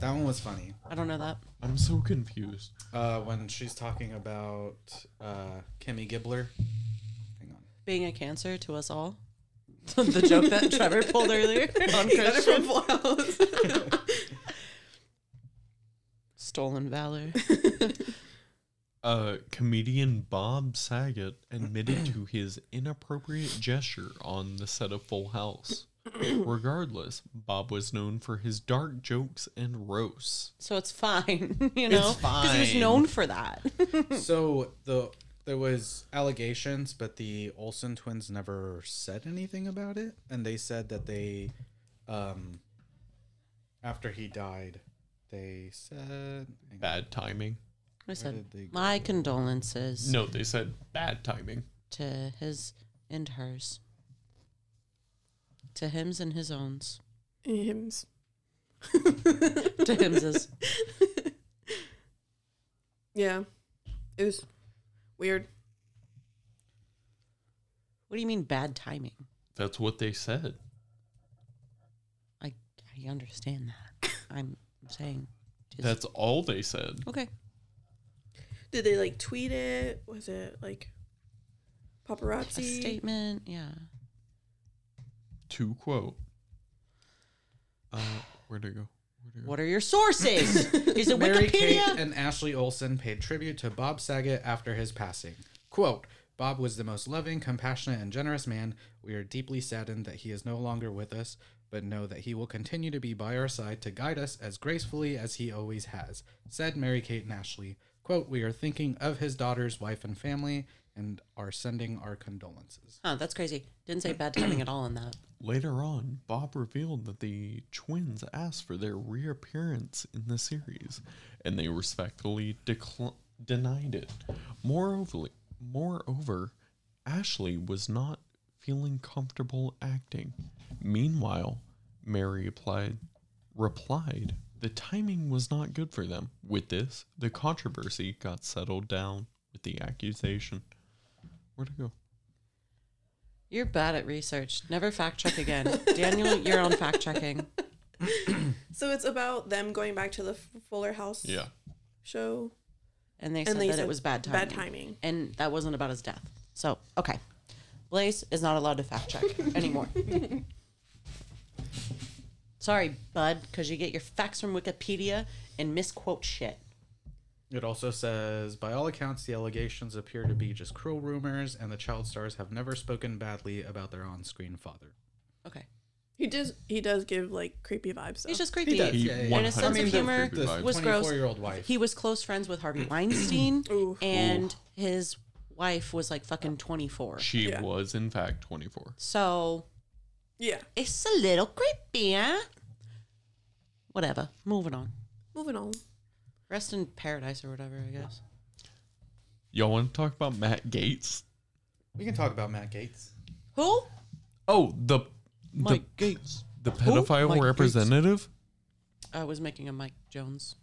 F: that one was funny.
E: I don't know that.
C: I'm so confused.
F: Uh, when she's talking about uh, Kimmy Gibbler. Hang on.
E: Being a cancer to us all. *laughs* the joke that Trevor
C: *laughs*
E: pulled earlier on Christian. *laughs* Stolen valor.
C: Uh, comedian Bob Saget admitted
E: *clears throat*
C: to his inappropriate gesture on the set of Full
E: *clears throat*
C: House. Regardless, Bob was known for his dark jokes and roasts.
E: So it's fine, *laughs* you know? Because he was
C: fine.
E: known for that.
F: So the there was allegations, but the Olsen twins never said anything about it, and they said that they, um, after he died, they said hang on,
C: Bad timing.
E: I said,
F: did they go?
E: my condolences
C: No, they said bad timing.
E: to his and hers. To hims and his owns.
D: Hymns.
E: To himses.
D: Yeah, it was weird.
E: *laughs* What do you mean bad timing?
C: That's what they said.
E: I, I understand that. I'm saying. just-
C: That's all they said.
E: okay.
D: Did they like tweet it? Was it like
E: A
D: paparazzi?
E: statement, yeah.
C: To quote, uh, where'd it go? Where'd it go?
E: What are your
F: *laughs*
E: sources? Is it
F: Mary
E: Wikipedia?
F: Kate and Ashley Olsen paid tribute to Bob Saget after his passing. Quote Bob was the most loving, compassionate, and generous man. We are deeply saddened that he is no longer with us, but know that he will continue to be by our side to guide us as gracefully as he always has, said Mary Kate and Ashley. Quote We are thinking of his daughters, wife, and family, and are sending our condolences.
E: Huh, that's crazy. Didn't say bad timing at all in that.
C: Later on, Bob revealed that the twins asked for their reappearance in the series, and they respectfully decl- denied it. Moreover, moreover, Ashley was not feeling comfortable acting. Meanwhile, Mary replied, replied, the timing was not good for them. With this, the controversy got settled down with the accusation. Where'd it go?
E: You're bad at research. Never fact check
F: *laughs*
E: again. Daniel, you're on fact checking.
D: So it's about them going back to the F- Fuller House
C: Yeah.
D: show.
E: And they said
D: they
E: that
D: said
E: it was bad timing.
D: bad timing.
E: And that wasn't about his death. So, okay. Blaze is not allowed to fact check
D: *laughs*
E: anymore. Sorry, bud, because you get your facts from Wikipedia and misquote shit.
F: It also says, by all accounts, the allegations appear to be just cruel rumors, and the child stars have never spoken badly about their on screen father.
E: Okay.
D: He does. He does give like creepy vibes. Though.
E: He's just creepy.
F: does.
C: He
F: Yeah, yeah, yeah.
E: And a sense
C: 100%
E: of humor
C: creepy vibes.
E: was gross.
F: 24-year-old wife.
E: He was close friends with Harvey Weinstein, and his wife was like
D: Oh.
E: fucking 24.
C: She
D: Yeah.
C: was, in fact, 24.
E: So
D: yeah.
E: it's a little creepy, huh? Whatever. Moving on.
D: Moving on.
E: Rest in paradise or whatever, I guess.
C: Y'all want to talk about Matt Gates?
F: We can talk about Matt Gates.
E: Who?
C: Oh, the the,
E: Mike Gates.
C: the
E: Who?
C: pedophile
E: Mike
C: representative.
E: I was making a Mike
C: *coughs*
E: Jones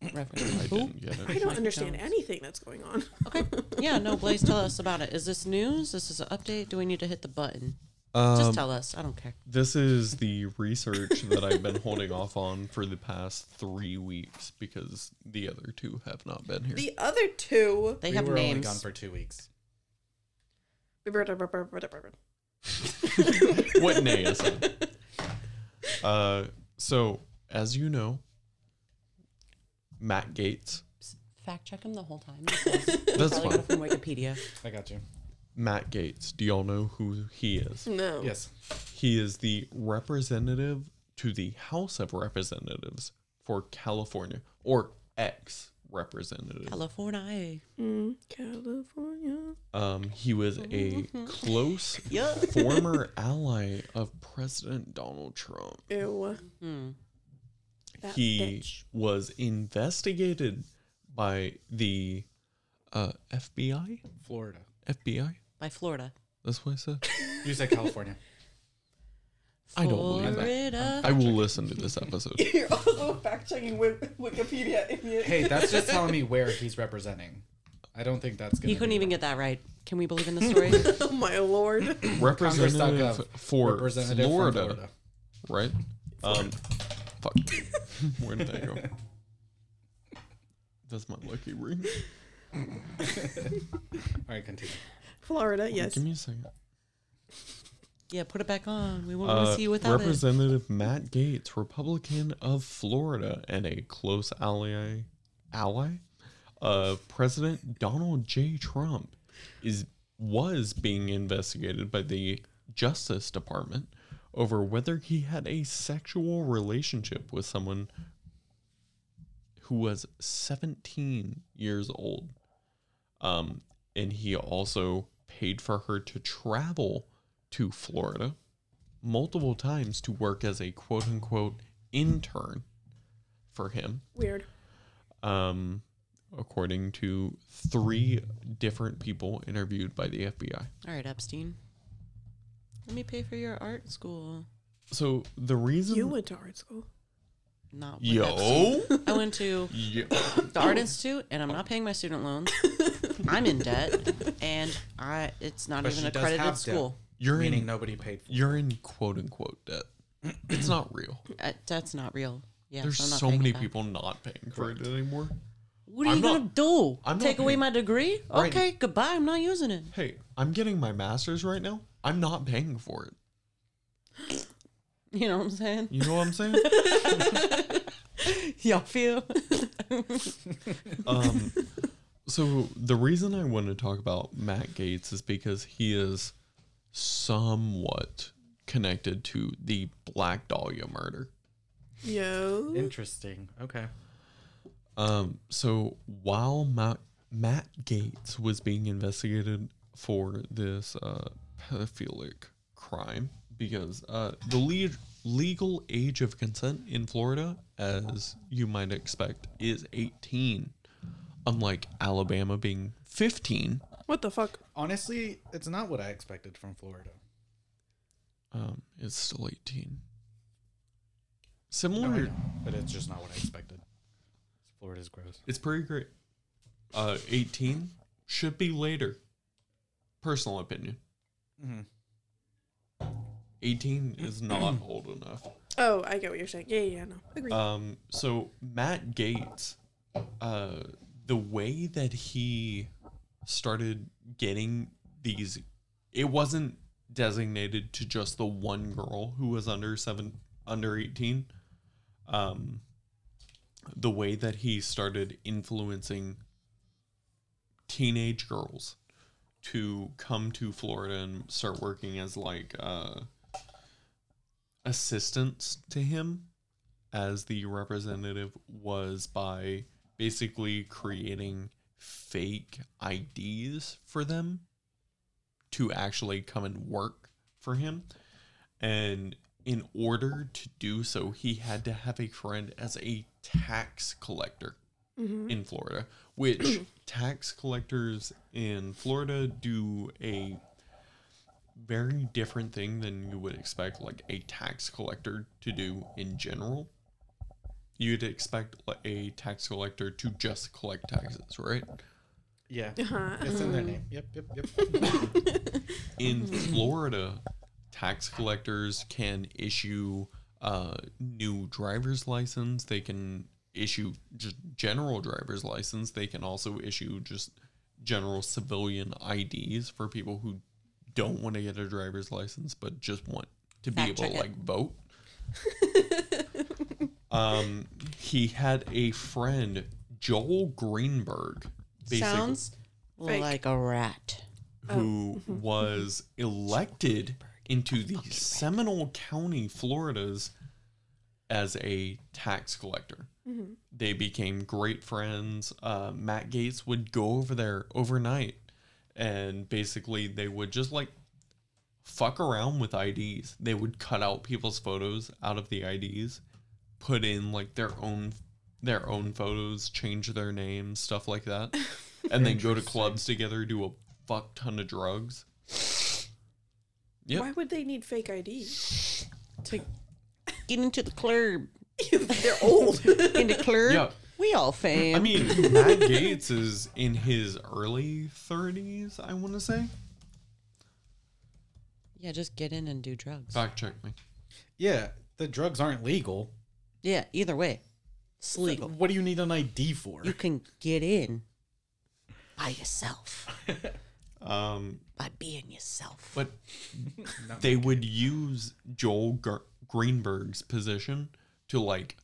E: reference.
C: I
E: Who?
C: didn't get
D: I
C: it.
D: don't
E: Mike
D: understand
E: Jones.
D: anything that's going *laughs* on.
E: Okay. Yeah, no, Blaze, tell us about it. Is this news? This is an update? Do we need to hit the button?
C: Um,
E: Just tell us. I don't care.
C: This is the research that I've been holding off on for the past three weeks because the other two have not been here. *laughs*
D: The other two. *laughs*
E: They
F: we
E: have
F: were only gone
E: names.
F: for two weeks.
C: what nay is that? Uh, so as you know, Matt Gates.
E: Fact check him the whole
F: *laughs*
E: time. because we
C: That's
E: probably got
C: fine.
E: it from Wikipedia.
F: I got you.
C: Matt Gates. Do y'all know who he is?
D: No.
F: Yes.
C: He is the representative to the House of Representatives for California, or ex representative.
E: California.
D: California.
C: Um, he was a
D: Mm-hmm. *laughs*
C: close
E: Yeah.
C: former ally of President Donald Trump.
D: Ew. *laughs* That
C: he
D: bitch.
C: was investigated by the uh, FBI.
F: Florida.
C: FBI.
E: By Florida.
C: That's what I said.
F: You said California.
C: I don't believe
E: For
C: that.
E: it up.
C: I will listen to
D: *laughs*
C: this episode.
D: You're also fact checking Wikipedia, idiot. *laughs*
F: Hey, that's just telling me where he's representing. I don't think that's gonna.
E: He couldn't even get that right. Can we believe in the
C: *laughs*
E: story?
D: oh my lord.
C: Representative
F: Congress.gov.
C: for
F: representative from
C: Florida, right? Um, fuck. *laughs* Where did that go? That's my lucky ring.
F: All right, continue.
D: *coughs* Florida, yes.
C: Give me a second.
E: yeah, put it back on. We won't want to
C: Uh,
E: see you without it.
C: Representative Matt Gates, Republican of Florida and a close ally, ally of President Donald J. Trump, is was being investigated by the Justice Department over whether he had a sexual relationship with someone who was 17 years old. Um, and he also paid for her to travel to Florida multiple times to work as a quote unquote intern for him,
D: Weird.
C: um, according to three different people interviewed by the FBI.
E: All right, Epstein. Let me pay for your art school.
C: So the reason
D: You went to art school.
E: Not with Epstein.
C: yo,
E: I went to
C: yo
E: the art institute, and I'm not paying my student loans. I'm in debt, and I it's not
F: But
E: even
F: she does
E: accredited
F: have
E: school.
C: *laughs* you're
F: Meaning
C: in
F: nobody paid for. it.
C: you're in quote unquote debt. It's not
E: *clears throat*
C: real.
E: Uh, that's not real. Yeah,
C: There's
E: I'm not
C: so
E: paying it
C: many
E: back.
C: people not paying for it anymore.
E: What are
C: I'm
E: you
C: not-
E: gonna do?
C: I'm not
E: Take away
C: paying-
E: my degree?
C: Right.
E: Okay, goodbye. I'm not using it. *laughs*
C: Hey, I'm getting my master's right now. I'm not paying for it.
E: You know what I'm saying?
C: You know what I'm saying?
E: Y'all feel?
C: Um, so the reason I want to talk about Matt Gates is because he is somewhat connected to the Black Dahlia murder.
D: Yo.
F: Interesting. Okay.
C: Um, so while Matt, Matt Gates was being investigated for this uh, pedophilic crime, because uh, the lead, legal age of consent in Florida, as you might expect, is 18, unlike Alabama being 15.
D: What the fuck?
F: Honestly, it's not what I expected from Florida.
C: Um, it's still 18.
F: No, I
C: Similar,
F: know, but it's just not what I expected. Florida's gross.
C: it's pretty great. Uh, 18 should be later. Personal opinion.
F: Mm-hmm.
C: 18 is not old enough.
D: Oh, I get what you're saying. Yeah, yeah, no. Agree.
C: Um, so Matt Gates, uh, the way that he started getting these, it wasn't designated to just the one girl who was under seven, under 18. Um, the way that he started influencing teenage girls to come to Florida and start working as like uh, assistants to him as the representative was by basically creating fake IDs for them to actually come and work for him. And in order to do so, he had to have a friend as a tax collector in Florida, which *clears throat* tax collectors in Florida do a very different thing than you would expect like a tax collector to do in general you'd expect like, a tax collector to just collect taxes, right?
E: *laughs*
F: Yeah.
D: Uh-huh.
F: It's in their name. Yep, yep, yep. *laughs*
C: In
E: Mm-hmm.
C: Florida, tax collectors can issue uh, new driver's license. They can issue just general driver's license. They can also issue just general civilian IDs for people who don't want to get a driver's license but just want to be
E: Fact
C: able
E: check
C: to
E: it.
C: like
E: *laughs*
C: vote. um, he had a friend, Joel Greenberg,
E: Sounds like a rat.
C: who was elected into the Seminole County, Florida's, as a tax collector. They became great friends. Uh, Matt Gates would go over there overnight, and basically they would just like fuck around with IDs. They would cut out people's photos out of the IDs, put in like their own their own photos, change their names, stuff like that. And then go to clubs together, do a fuck ton of drugs. Yep. *laughs*
D: Why would they need fake ID?
E: to get into the club.
D: *laughs* They're old. *laughs*
E: Into club.
C: Yeah.
E: We all fame.
C: I mean, Matt Gates is in his early 30s, I want to say.
E: yeah, just get in and do drugs.
C: Fact check me.
F: Yeah, the drugs aren't legal.
E: Yeah, either way, it's legal.
F: What do you need an ID for?
E: You can get in by yourself
C: Um,
E: by being yourself.
C: but they would use Joel Gr- Greenberg's position to like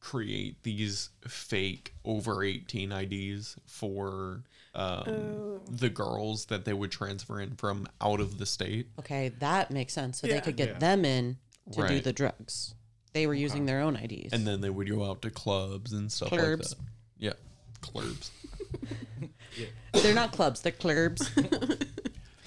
C: create these fake over 18 IDs for um, the girls that they would transfer in from out of the state.
E: Okay, that makes sense. So they
D: Yeah.
E: could get
F: Yeah.
E: them in to do
C: Right.
E: the drugs. They were using their own IDs.
C: And then they would go out to clubs and stuff
E: Clubs.
C: like that. Yeah, clubs.
E: they're not clubs, they're clubs.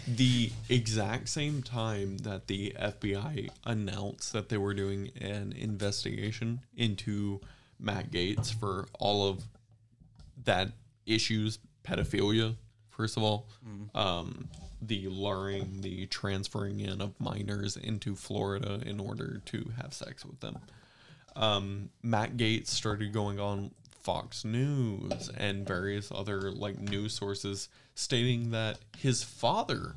C: the exact same time that the FBI announced that they were doing an investigation into Matt Gates for all of that issues, pedophilia, first of all, um, the luring, the transferring in of minors into Florida in order to have sex with them. Um, Matt Gates started going on Fox News and various other like news sources stating that his father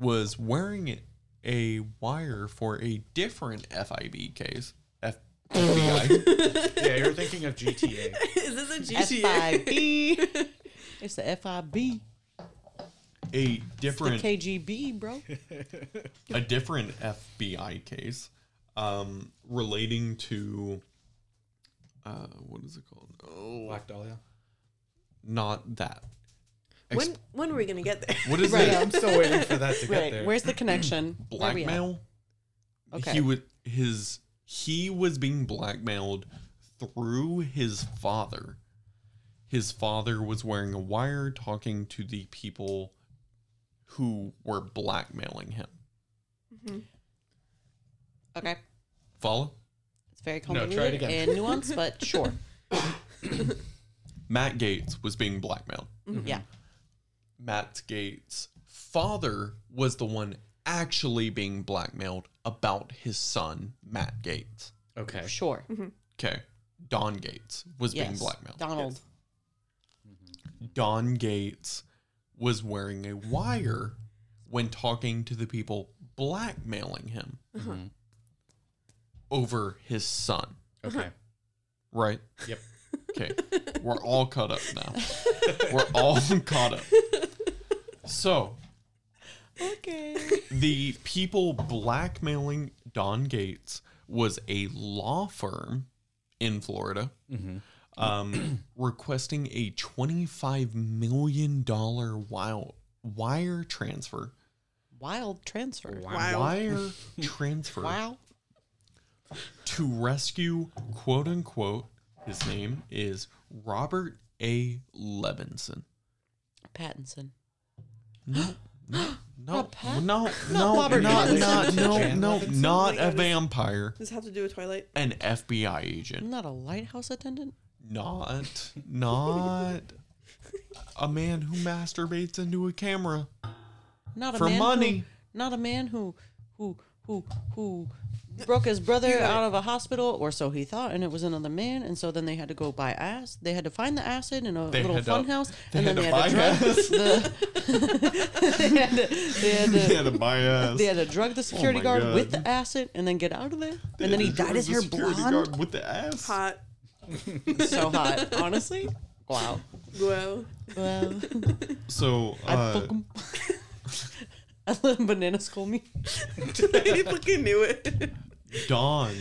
C: was wearing it- a wire for a different FIB case. F-
E: *laughs*
C: FBI.
F: yeah, you're thinking of GTA.
D: Is this a GTA?
E: FIB. It's the FIB.
C: a
E: The
C: different
E: KGB, bro.
C: a different FBI case um, relating to uh, what is it called? Oh,
F: *laughs* Black Dahlia.
C: not that. Ex-
D: When when are we gonna get there?
C: what is
E: Right.
C: it?
F: I'm still waiting for that to get
E: Right.
F: there.
E: Where's the connection? Where we at?
C: Blackmail.
E: Okay.
C: He was his he was being blackmailed through his father. His father was wearing a wire talking to the people who were blackmailing him.
E: Okay.
C: Follow?
E: It's very
F: No, try it
E: complicated
F: again.
E: and nuanced, but
F: *laughs*
E: sure.
C: Matt Gates was being blackmailed.
E: Mm-hmm. Yeah.
C: Matt Gates' father was the one actually being blackmailed about his son, Matt Gates.
F: Okay.
E: Sure.
C: Okay. Don Gates was being
E: Yes.
C: blackmailed.
E: Donald.
C: Don Gates was wearing a wire when talking to the people blackmailing him over his son,
F: Okay.
C: right?
F: Yep.
C: Okay. We're all caught up now. We're all *laughs* caught up. So,
E: Okay.
C: the people blackmailing Don Gates was a law firm in Florida um, requesting a $25 million wire, wire transfer.
E: Wild transfer.
D: Wow.
C: Wire transfer
E: Wow.
C: to rescue, quote unquote, his name is Robert A. Levinson.
E: Pattinson.
C: No,
E: Pat-
C: no, no,
E: Robert
C: not,
E: Pattinson.
C: not, no,
F: Jan
C: no,
F: Levinson?
C: not a
D: Like,
C: vampire,
D: Does this have to do with Twilight?
C: an FBI agent.
E: Not a lighthouse attendant.
C: Not, not a man who masturbates into a camera.
E: Not a
C: For
E: man
C: money.
E: Who, not a man who who who who broke his brother out of a hospital, or so he thought, and it was another man, and so then they had to go buy acid. They had to find the acid in a
C: They
E: little
C: had to-
E: fun house,
C: they
E: and
C: had
E: then they
C: to buy
E: had to drug
C: acid.
E: the. *laughs* they had to, they had to-
C: had a bias.
E: *laughs* they had to drug the security
C: Oh my
E: guard
C: God.
E: with the acid and then get out of there. and then he dyed his hair blonde.
C: with the ass.
D: Hot.
E: So hot,
C: *laughs*
E: honestly. Wow.
D: *laughs* Whoa.
C: Uh,
E: Well,
C: So,
E: I
C: uh,
E: fucking. *laughs* I let bananas call me.
D: I fucking knew it.
C: Don,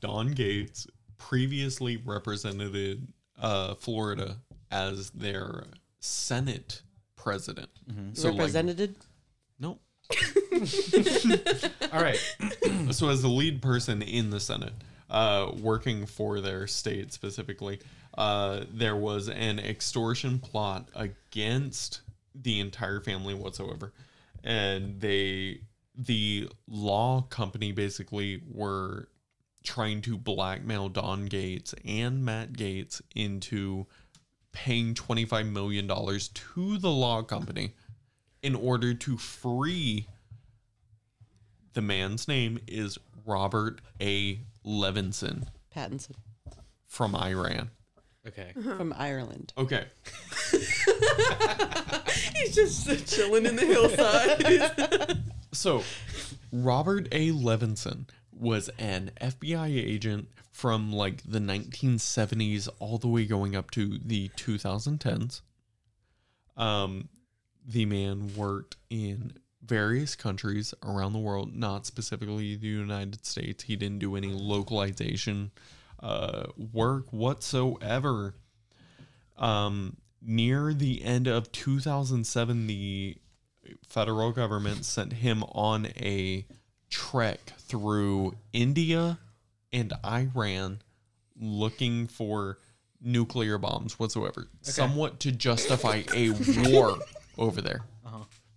C: Don Gates previously represented uh, Florida as their Senate president.
E: Mm-hmm.
C: So, like,
E: Represented.
C: no.
F: All right.
C: So, as the lead person in the Senate, uh, working for their state specifically, uh, there was an extortion plot against the entire family whatsoever, and they, the law company, basically were trying to blackmail Don Gates and Matt Gates into paying twenty five million dollars to the law company in order to free The man's name is Robert A. Levinson
E: Pattinson
C: from Iran.
E: *laughs*
F: Okay.
E: from Ireland.
C: Okay.
D: He's just chilling in the hillside.
C: So, Robert A. Levinson was an FBI agent from like the 1970s all the way going up to the 2010s. Um, the man worked in various countries around the world, not specifically the United States. He didn't do any localization uh, work whatsoever. Um, near the end of 2007, the federal government sent him on a trek through India and Iran looking for nuclear bombs whatsoever, somewhat to
F: *laughs*
C: justify a war over there.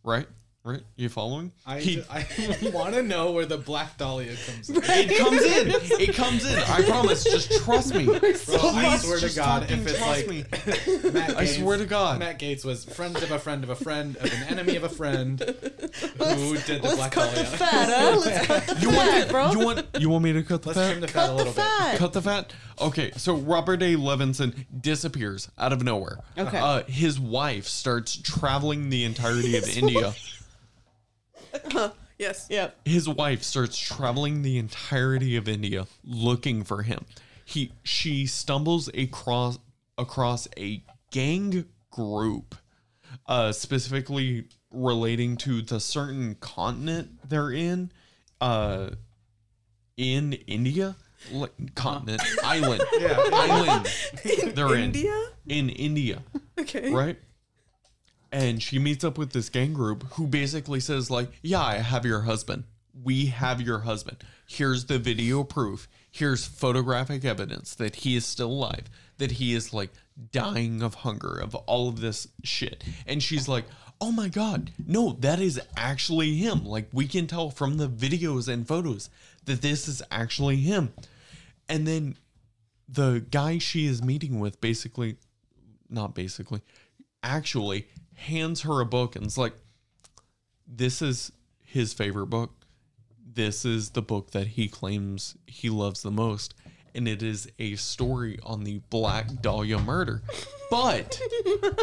C: Right? Right? You following?
F: Uh-huh. I,
C: He-
F: ju- I *laughs* want to know where the black dahlia comes in.
C: it comes in. It comes in. I promise. Just trust me.
F: Bro, *laughs* I
C: Please,
F: swear to
C: just
F: God,
C: fucking
F: if it's
C: trust
F: like
C: me.
F: Matt Gates,
C: I swear to God.
F: Matt Gates was friends of a friend of a friend of an enemy of a friend who did
E: Let's
F: the black
E: cut the
F: dahlia.
E: fat, huh? Let's cut the
C: You
E: fat,
C: want,
E: bro.
C: you want you want me to cut the
F: Let's
C: fat?
F: trim the fat
E: cut
F: a
E: the
F: little bit.
E: fat.
C: Cut the fat. Okay, so Robert A. Levinson disappears out of nowhere.
E: Okay.
C: Uh, his wife starts traveling the entirety of India.
D: yes.
E: Yep.
C: His wife starts traveling the entirety of India looking for him. He she stumbles across across a gang group, uh, specifically relating to the certain continent they're in, uh, in India, Like, continent island
F: Yeah.
C: island they're in
D: India?
C: in India,
D: Okay.
C: right? And she meets up with this gang group who basically says like, "Yeah, I have your husband. We have your husband. Here's the video proof. Here's photographic evidence that he is still alive. That he is like dying of hunger of all of this shit." And she's like, "Oh my god. No, that is actually him. Like we can tell from the videos and photos that this is actually him." And then the guy she is meeting with basically not basically actually hands her a book and is like this is his favorite book this is the book that he claims he loves the most and it is a story on the black dahlia murder but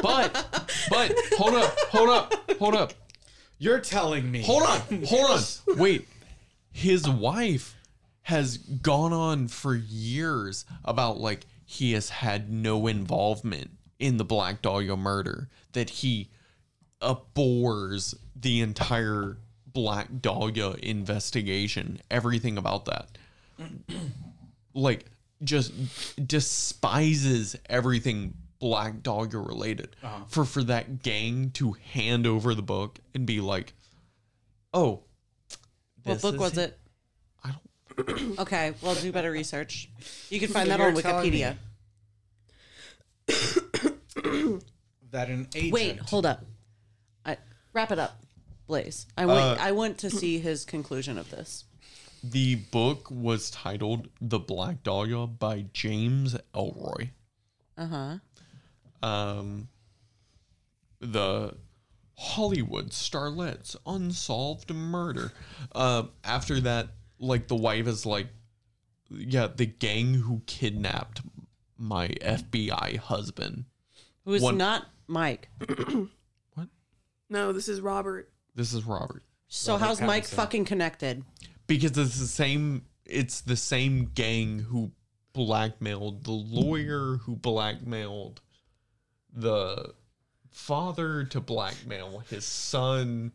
C: but but hold up hold up hold up
F: You're telling me.
C: Hold *laughs* on, hold on. Wait, his wife has gone on for years about like he has had no involvement in the Black Dahlia murder, that he abhors the entire Black Dahlia investigation, everything about that. like, just despises everything Black Dahlia related. For for that gang to hand over the book and be like, "Oh,
E: What
C: this
E: book
C: is
E: was
C: hi-
E: it?
C: I don't.
E: *clears throat* Okay, well, do better research. You can find
F: So
E: that on
F: you're telling
E: Wikipedia.
F: me That an agent.
E: Wait, hold up. I, wrap it up, Blaze. I
C: Uh,
E: want I want to see his conclusion of this.
C: The book was titled "The Black Dahlia" by James Elroy.
E: Uh huh.
C: um, the Hollywood starlet's unsolved murder. Uh, after that, like the wife is like, yeah, the gang who kidnapped my FBI husband.
E: Who is
C: One-
E: not Mike?
D: No, this is Robert.
C: This is Robert
E: So how's Mike
F: Pattinson.
E: fucking connected?
C: because it's the same. It's the same gang who blackmailed the lawyer who blackmailed the father to blackmail his son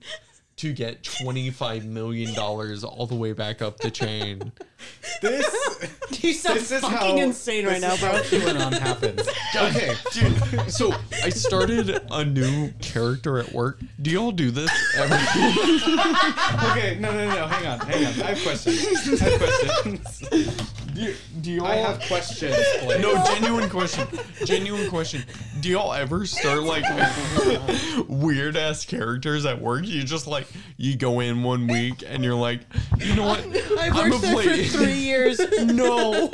C: to get 25 million dollars all the way back up the chain.
F: This,
E: *laughs* You sound
F: this is
E: fucking
F: how,
E: insane right
F: this
E: now,
F: is how
E: bro.
F: QAnon happens.
C: okay, dude. So I started a new character at work. Do y'all do this? Every-
F: Okay, no, no, no, no, hang on, hang on. I have questions. I have questions.
C: do, do y'all
F: I have questions. Blake.
C: No, genuine question. Genuine question. Do y'all ever start like weird ass characters at work? You just like you go in one week and you're like, you know what?
E: I
C: I'm
E: worked
C: a
E: there
C: play-
E: for three years. No.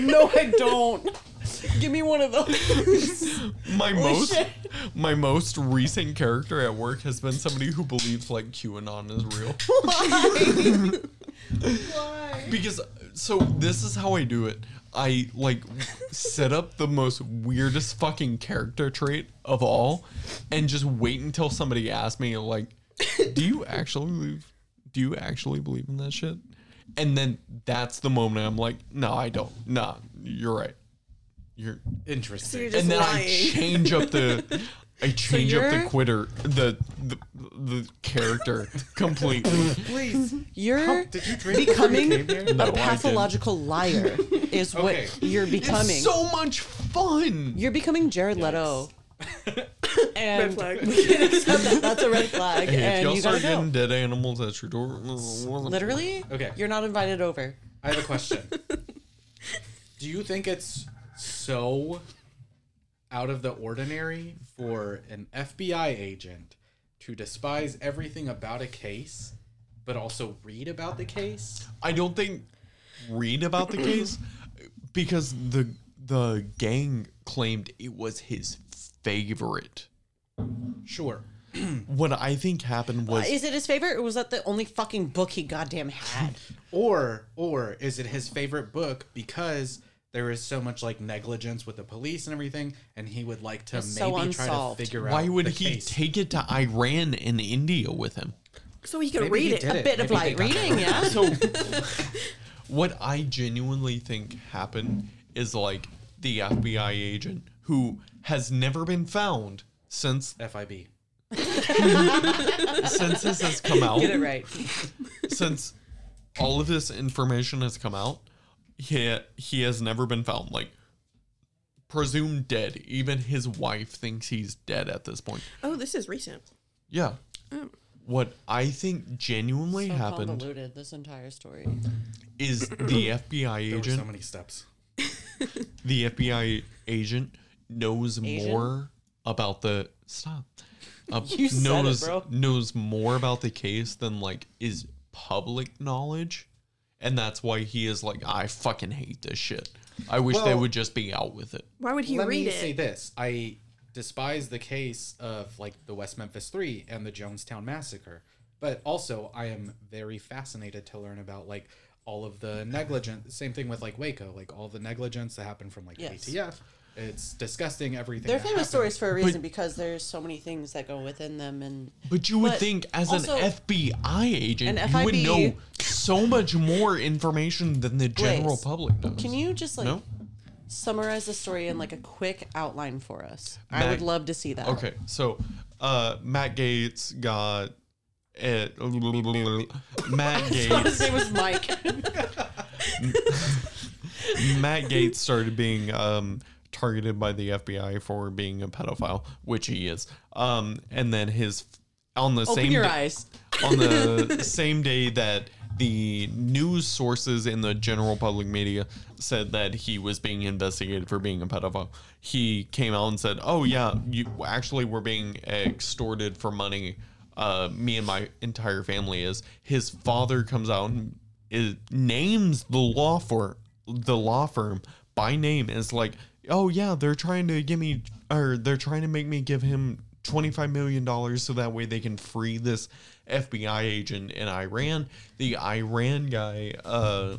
E: no, I don't. *laughs* Give me one of those.
C: My most
E: shit.
C: my most recent character at work has been somebody who believes like QAnon is real. *laughs* Because so this is how I do it. I like set up the most weirdest fucking character trait of all and just wait until somebody asks me like do you actually believe do you actually believe in that shit? And then that's the moment I'm like, no, I don't. Nah, you're right. You're
F: Interesting.
D: you're
C: and then I
D: lying.
C: change up the I change up the
E: you're-
C: quitter the the, the
E: *laughs*
C: character completely.
F: Please.
E: You're
F: Did you drink
E: becoming
F: before you came
E: a
F: here?
C: No, I didn't.
E: pathological liar is
F: Okay.
E: what you're becoming.
C: It's so much fun.
E: you're becoming Jared
C: *laughs*
E: Leto. and
D: Red
E: *laughs*
D: flag.
E: that's a red flag.
C: Hey, if
E: and
C: y'all
E: you
C: start
E: gotta
C: getting
E: go.
C: dead animals at your door, mm,
E: Literally,
F: Okay.
E: you're not invited over.
F: I have a question. Do you think it's so out of the ordinary for an FBI agent to despise everything about a case, but also read about the case?
C: I don't think read about the
E: *clears throat*
C: case because the the gang claimed it was his favorite.
F: Sure.
C: What I think happened was
E: Is it his favorite, or was that the only fucking book he goddamn had?
F: Or or is it his favorite book because there is so much like negligence with the police and everything, and he would like to
E: It's so
F: maybe try to
E: unsolved.
F: figure out
C: why would
F: the
C: he
F: case.
C: take it to Iran and India with him?
D: so he could
F: Maybe
D: read
F: he
D: it.
F: did
E: A bit of
F: Maybe they
E: light
F: got that
E: reading,
C: *laughs*
E: yeah.
C: So, what I genuinely think happened is like the FBI agent who has never been found since
F: FIB?
C: since this has come
F: *laughs*
C: out.
E: Get it right.
C: Since all of this information has come out, he he has never been found. Like presumed dead. Even his wife thinks he's dead at this point.
D: Oh, this is recent.
C: Yeah. What I think genuinely
E: Mm. So
C: happened
E: convoluted this entire story.
C: is
E: *clears throat*
C: the FBI
F: There were
C: agent
F: so many steps.
C: the FBI agent knows
E: Asian?
C: more about the stop. Uh,
E: *laughs* You said it,
C: knows
E: bro.
C: knows more about the case than like is public knowledge, and that's why he is like, I fucking hate this shit. I wish they
F: Well-
C: would just be out with it.
D: Why would he
F: Let
D: read
F: me
D: it?
C: *laughs*
F: say this: I despise the case of like the West Memphis Three and the Jonestown Massacre, but also I am very fascinated to learn about like all of the negligence. Same thing with like Waco, like all the negligence that happened from like
E: Yes.
F: ATF. It's disgusting. Everything.
E: They're
F: that
E: famous
F: happened.
E: stories for a reason because there's so many things that go within them, and
C: But you would
E: But
C: think, as
E: also-
C: an FBI agent,
E: An
C: you would
E: FIB
C: know so much more information than the general
E: Blaze,
C: public knows.
E: Can you just like
C: No?
E: summarize the story in like a quick outline for us? I
C: Mag-
E: would love to see that.
C: Okay, so uh, Matt Gates got. Uh,
E: *laughs*
C: Matt Gates.
E: His name was Mike.
C: Matt Gates started being um, targeted by the FBI for being a pedophile, which he is. Um, and then his on the
E: Open
C: same
E: your
C: da-
E: eyes.
C: on the same day that the news sources in the general public media said that he was being investigated for being a pedophile. He came out and said, "Oh yeah, you actually were being extorted for money. Uh, me and my entire family is." His father comes out and is, names the law for the law firm by name is like, "Oh yeah, they're trying to give me or they're trying to make me give him 25 million dollars so that way they can free this FBI agent in Iran. The Iran guy uh,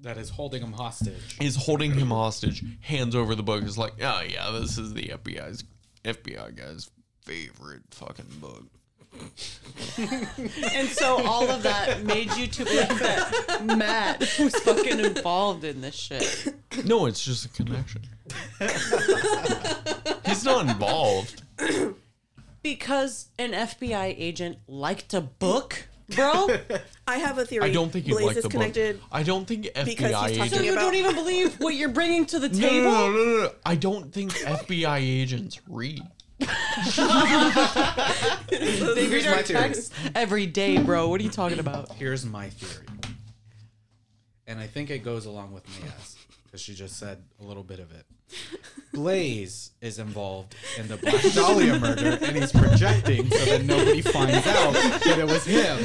F: that is holding them hostage.
C: is holding him hostage, hands over the book, is like, oh yeah, this is the FBI's FBI guy's favorite fucking book.
E: *laughs* And so all of that made you to believe that Matt was fucking involved in this shit.
C: No, it's just a connection. *laughs* He's not involved.
E: Because an FBI agent liked a book, bro?
D: *laughs* I have a theory.
C: I don't think he
D: Blaze
C: liked
D: is
C: the
D: connected.
C: book. I don't think
D: he's
C: FBI
D: talking
C: agent.
E: So you don't even believe what you're bringing to the
C: No,
E: table?
C: no, no, no, no, no. I don't think FBI agents read.
E: They read
F: Here's
E: our
F: my theory.
E: texts every day, bro. What are you talking about?
F: Here's my theory, and I think it goes along with Mia's because she just said a little bit of it. Blaze is involved in the Black Dahlia murder, and he's projecting so that nobody finds out that it was him.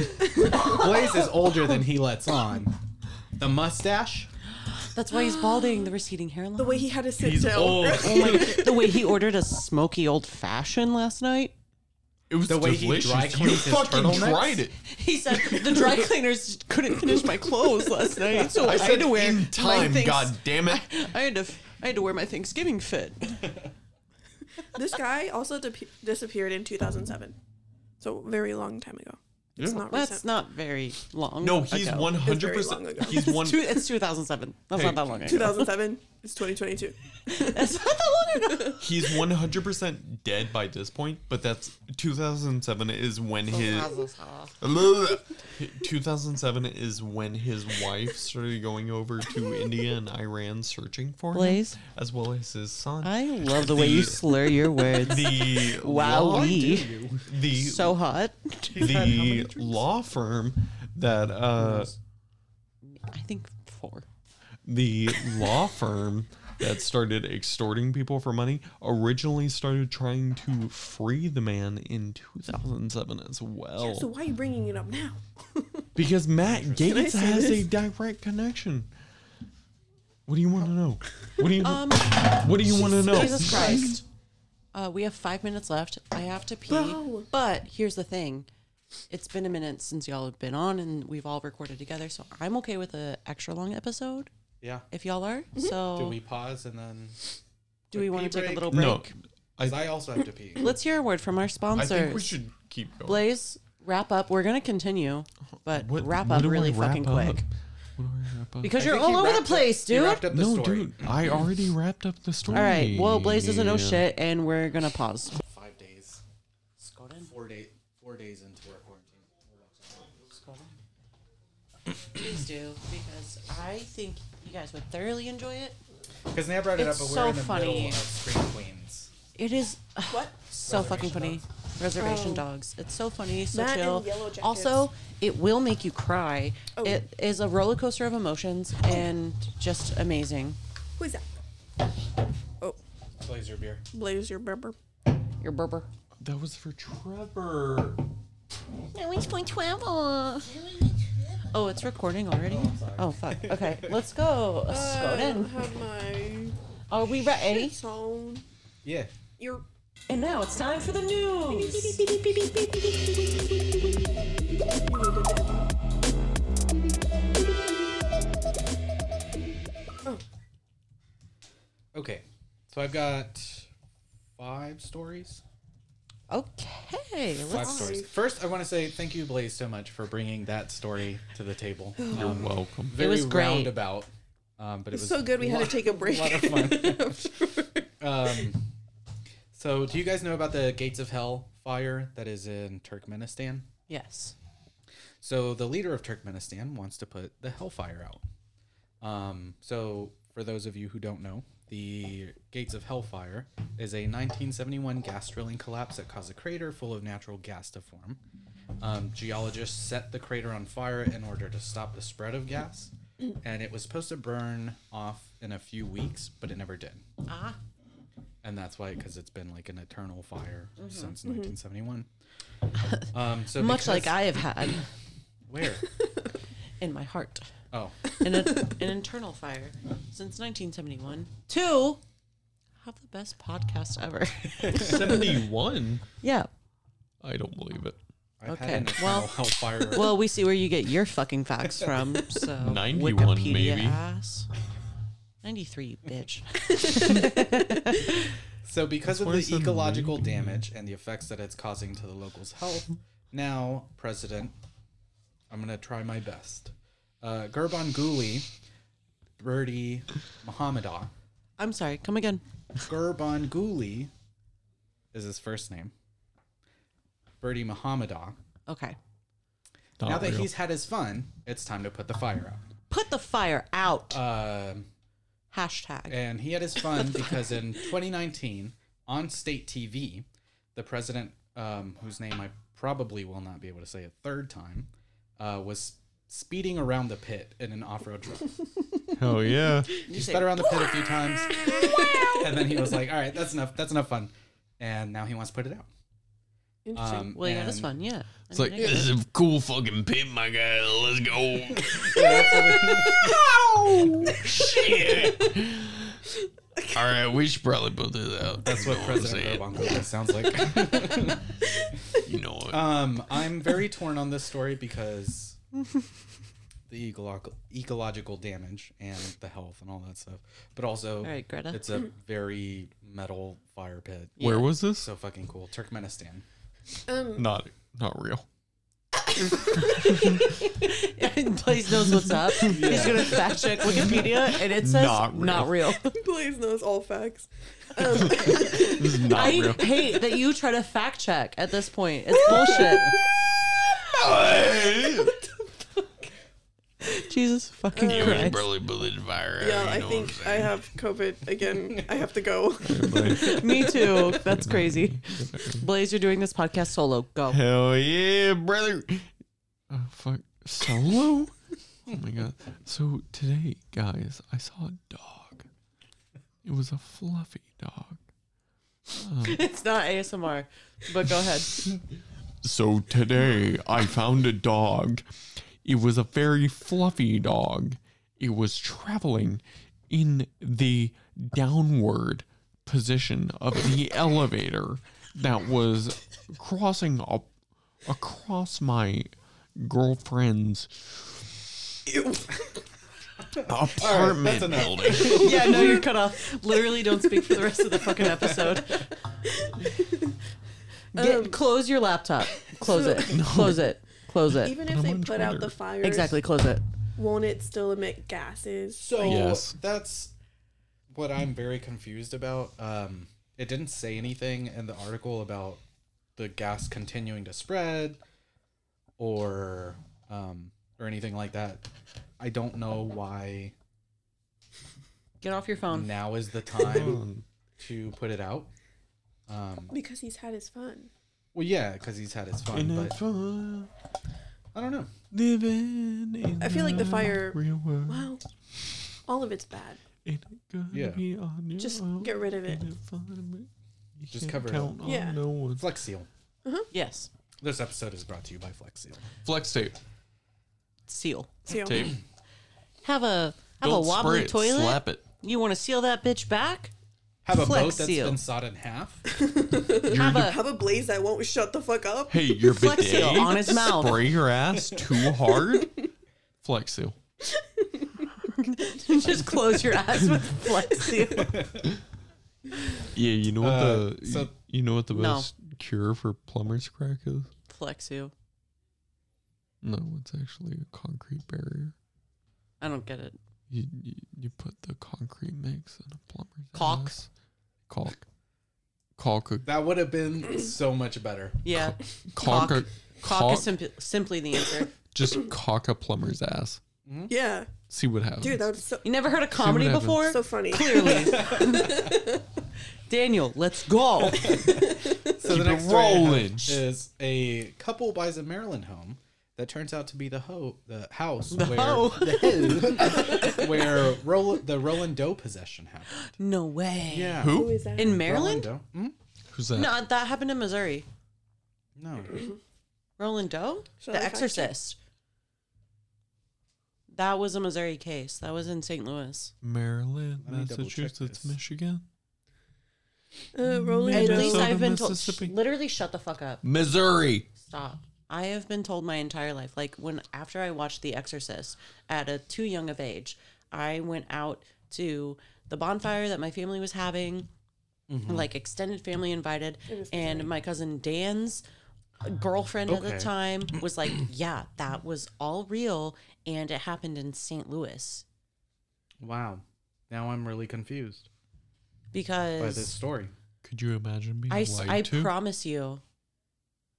F: Blaze is older than he lets on. The mustache.
E: That's why he's balding. The receding hairline.
D: The way he had to sit
F: He's
D: down. *laughs*
F: old.
E: Oh
C: *laughs*
E: my, the way he ordered a smoky old fashioned last night.
C: It was
F: The way he
C: delicious.
F: dry
C: you
F: cleans his
C: fucking
F: turtlenecks?
C: tried it.
E: He said the dry *laughs* cleaners couldn't finish my clothes last night, so I,
C: I said
E: had to wear
C: in
E: my
C: time.
E: thanks-
C: God damn it.
E: I had to I had to wear my Thanksgiving fit.
D: This guy also dip- disappeared in 2007. So very long time ago. It's not
E: That's
D: recent.
E: not very long.
C: No, he's
E: ago.
C: one hundred
D: long
C: percent.
D: ago.
C: He's
E: It's
C: one.
E: two- it's 2007. That's
C: Hey.
E: not that long ago.
D: 2007 is 2022.
E: That's not that long ago.
C: He's one hundred percent dead by this point. But that's two thousand seven is when his *laughs* two thousand seven is when his wife started going over to India and Iran searching for
E: Blaze?
C: him, as well as his son.
E: I love the way you
C: The-
E: slur your words. *laughs*
C: the law-
E: Wowee.
C: the
E: So hot. *laughs*
C: the law firm that uh,
E: I think four.
C: the law firm that started extorting people for money originally started trying to free the man in 2007 as well
D: So why are you bringing it up now?
C: because Matt Gates
D: say
C: has a
D: this?
C: direct connection. What do you want to know? What do you What do you want to know?
E: Um, Jesus Christ. Uh, we have five minutes left. I have to pee.
D: Bro.
E: But here's the thing. It's been a minute since y'all have been on and we've all recorded together, so I'm okay with an extra long episode
F: Yeah.
E: if y'all are. So
F: Do we pause and then?
E: do we
F: quick
E: want
F: pee
E: to take a
F: break?
E: little break?
C: No,
F: Because I also have to pee.
E: Let's hear a word from our
C: I
E: sponsors.
C: think we should keep going.
E: Blaze, wrap up. We're gonna continue, but
C: What-
E: wrap
C: what
E: up
C: do I
E: really
C: wrap
E: fucking
C: up?
E: quick
C: What do I wrap up?
E: because
F: I
E: you're
F: think
E: all
F: he
E: over the
F: wrapped up-
E: place,
F: he
E: dude.
F: wrapped up the
C: no,
F: story.
C: dude, I already wrapped up the story.
E: All right. Well, Blaze doesn't know
C: Yeah.
E: shit, and we're gonna pause.
F: Five days. Four day. Four days into our quarantine.
E: Please do because I think you guys would thoroughly enjoy it.
F: Because Nan brought it
E: It's
F: up, but
E: so
F: we're in the
E: funny.
F: middle of Scream Queens.
E: It is what so fucking funny.
F: Reservation
E: Reservation
D: Oh.
E: Dogs. It's so funny, so
D: That and
E: chill.
D: Yellow Jackets.
E: Also, it will make you cry.
F: Oh.
E: It is a roller coaster of emotions and just amazing.
D: Who is that? Oh,
F: Blaze your beer.
D: Blaze, your remember.
E: Your burber.
C: That was for Trevor.
E: Oh, it's recording already? Oh, fuck. Okay, let's go. Skoden.
D: have my
E: Are we ready?
D: song.
F: Yeah.
D: Your
E: And now it's time for the news.
F: Okay. So I've got five stories.
E: Okay,
F: Five
E: let's.
F: stories. First, I want to say thank you, Blaze, so much for bringing that story to the
D: *gasps*
F: table.
C: You're
F: Um,
C: welcome.
F: very
E: was great.
F: roundabout, um, but it was
D: so good we had to take a break.
F: lot of fun.
D: *laughs*
F: *laughs* um, so, do you guys know about the Gates of Hell fire that is in Turkmenistan?
E: Yes.
F: So the leader of Turkmenistan wants to put the Hellfire out. Um, so for those of you who don't know, the Gates of Hellfire is a 1971 gas drilling collapse that caused a crater full of natural gas to form. Um, geologists set the crater on fire in order to stop the spread of
E: *clears throat*
F: gas, and it was supposed to burn off in a few weeks, but it never did. Ah. And that's why, because it's been like an eternal fire since 1971.
E: *laughs*
F: Um, so
E: Mm-hmm. Much like
F: because-
E: I have had
F: where?
E: *laughs* in my heart
F: Oh,
E: an, an internal fire since 1971. Two, have the best podcast ever. *laughs*
C: *laughs* 71?
E: yeah.
C: I don't believe it.
F: I've
E: Okay,
F: had an eternal
E: well-
F: hellfire.
E: Well, we see where you get your fucking facts from. So
C: 91
E: Wikipedia
C: maybe.
E: ass. 93, bitch.
F: so because of
C: Where's
F: the
C: the
F: ecological damage and the effects that it's causing to the locals' health, now President, I'm gonna try my best. Uh, Gurban Guly, Birdie Mohamedow.
E: I'm sorry. Come again.
F: Gurban Guly is his first name. Birdie Mohamedow.
E: Okay.
C: Not
F: now that
C: real.
F: he's had his fun, it's time to put the fire out.
E: Put the fire out.
F: Um,
E: Hashtag.
F: And he had his fun because in 2019, on state TV, the president, um, whose name I probably will not be able to say a third time, uh, was speeding around the pit in an off road truck.
C: Hell yeah.
F: he sped around the pit a few times. and then he was like, all right, that's enough. That's enough fun. And now he wants to put it out.
D: Interesting.
F: Um,
E: Well, yeah, that's
F: and-
E: fun. Yeah.
C: It's like, this is a cool fucking pimp, my guy. Let's go. Shit. All right, we should probably put this out.
F: That's what
C: You know I'm
F: President
C: saying?
F: Robonko sounds like.
C: You know what?
F: Um, I'm very torn on this story *laughs* because the ecological ecological damage and the health and all that stuff, but also
E: All right, Greta.
F: it's a very metal fire pit.
C: Where was this?
F: So fucking cool, Turkmenistan.
D: um,
C: Not, not real.
E: *laughs* Blaze knows what's *laughs* up. He's gonna fact check Wikipedia, and it says
C: Not real.
E: *laughs* Not real.
D: Blaze knows all facts.
C: This is not
E: I *laughs*
C: real.
E: hate that you try to fact check at this point. It's bullshit. *laughs* Jesus fucking
C: You
E: Christ.
C: would probably put this fire out.
D: Yeah,
C: you
D: I
C: know
D: think I have
C: *laughs*
D: COVID again. I have to go.
C: what I'm saying?
E: Me too. That's
C: *laughs*
E: *laughs* crazy. Blaze, you're doing this podcast solo. *laughs* Go.
C: Hell yeah, brother. Oh, fuck. Solo? Oh my god. So today, guys, I saw a dog. It was a fluffy dog.
E: It's not ASMR, but go ahead.
C: So today, I found a dog. It was a very fluffy dog. It was traveling in the downward position of the elevator that was crossing up across my girlfriend's apartment
F: enough.
C: building.
E: *laughs* Yeah, no, you're cut off. Literally, don't speak for the rest of the fucking episode. Get, close your laptop. Close *laughs* it. Close it. Close it.
D: Even
C: I'm
D: if they
C: on
D: put out the
C: Twitter.
D: fire,
E: Exactly. Close it.
D: won't it still emit gases?
F: So
C: Yes.
F: that's what I'm very confused about. Um, it didn't say anything in the article about the gas continuing to spread or um, or anything like that. I don't know why
E: Get off your phone.
F: now is the time
D: *laughs*
F: to put it out. Um,
D: Because he's had his fun.
F: well, yeah, because he's had his fun,
C: And I'm
F: but
C: fine
F: I don't know.
C: living in
D: I feel like the fire.
C: real world.
D: Wow, all of it's bad.
C: Ain't gonna
F: Yeah.
C: be on your
D: Just
E: Mm-hmm.
C: own.
D: get rid of it.
C: Ain't fun, but you
F: Just
C: can't
F: cover it
C: count on
D: Yeah.
C: no one.
F: Flex Seal.
E: Yes.
F: This episode is brought to you by Flex Seal.
C: Flex tape.
E: Seal.
D: So,
C: Tape.
E: Have a have a wobbly toilet.
C: it.
E: You want to seal that bitch back? *laughs*
F: Have a boat
E: Flex
F: that's
E: Seal.
F: been sawed in half.
E: Have a
D: have a blaze that won't shut the fuck up.
C: Hey, your
E: Flex
C: bidet.
E: Seal on his mouth.
C: Spray your ass too hard.
E: *laughs*
C: Flex seal.
E: just close your eyes *laughs* with flex seal.
C: Yeah, you know what
F: Uh,
C: the
F: so-
C: you know what the
E: No.
C: best cure for plumber's crack is?
E: Flex seal.
C: No, it's actually a concrete barrier.
E: I don't get it.
C: You you, you put the concrete mix in a plumber's
E: Caulk.
C: ass. Caulk. Caulk. A,
F: That would have been so much better.
E: Yeah.
C: caulk. A,
E: Caulk. Cock
C: caulk
E: is simp- simply the answer.
C: just caulk a plumber's ass.
D: Yeah,
C: See what happens.
D: dude, that was so,
E: You never heard of comedy
C: happens.
E: before?
D: so funny.
E: *laughs* Clearly. Daniel, let's go.
F: So
C: Keep
F: the
C: it
F: next story I have
C: rolling.
F: is a couple buys a Maryland home that turns out to be the ho the house where
E: hoe.
F: the hoe, *laughs* where Roland the Roland Doe possession happened.
E: No way.
F: Yeah,
D: Who
C: Who?
D: is that?
E: In
F: Roland
E: Maryland?
F: Doe? Hmm?
C: Who's that?
E: No, that happened in Missouri.
F: No,
E: Roland Doe?
D: Shall I
E: the
D: fact check?
E: Exorcist. That was a Missouri case. That was in St. Louis.
C: Maryland,
F: Let me double check
C: Massachusetts,
F: this.
C: Michigan.
D: uh, Rolling
E: At
D: Joe.
E: least
C: Minnesota,
E: I've been told. Sh-
C: Mississippi.
E: literally, shut the fuck up.
C: Missouri.
E: Stop. I have been told my entire life, like when after I watched The Exorcist at a too young of age, I went out to the bonfire that my family was having,
F: Mm-hmm.
E: like extended family invited, and my cousin Dan's girlfriend at
F: Okay.
E: the
F: *clears throat*
E: time was like, "Yeah, that was all real, and it happened in St. Louis
F: wow. Now I'm really confused by this
E: because
F: story.
C: Could you imagine being
E: I s-
C: lied
E: I
C: to?
E: promise you,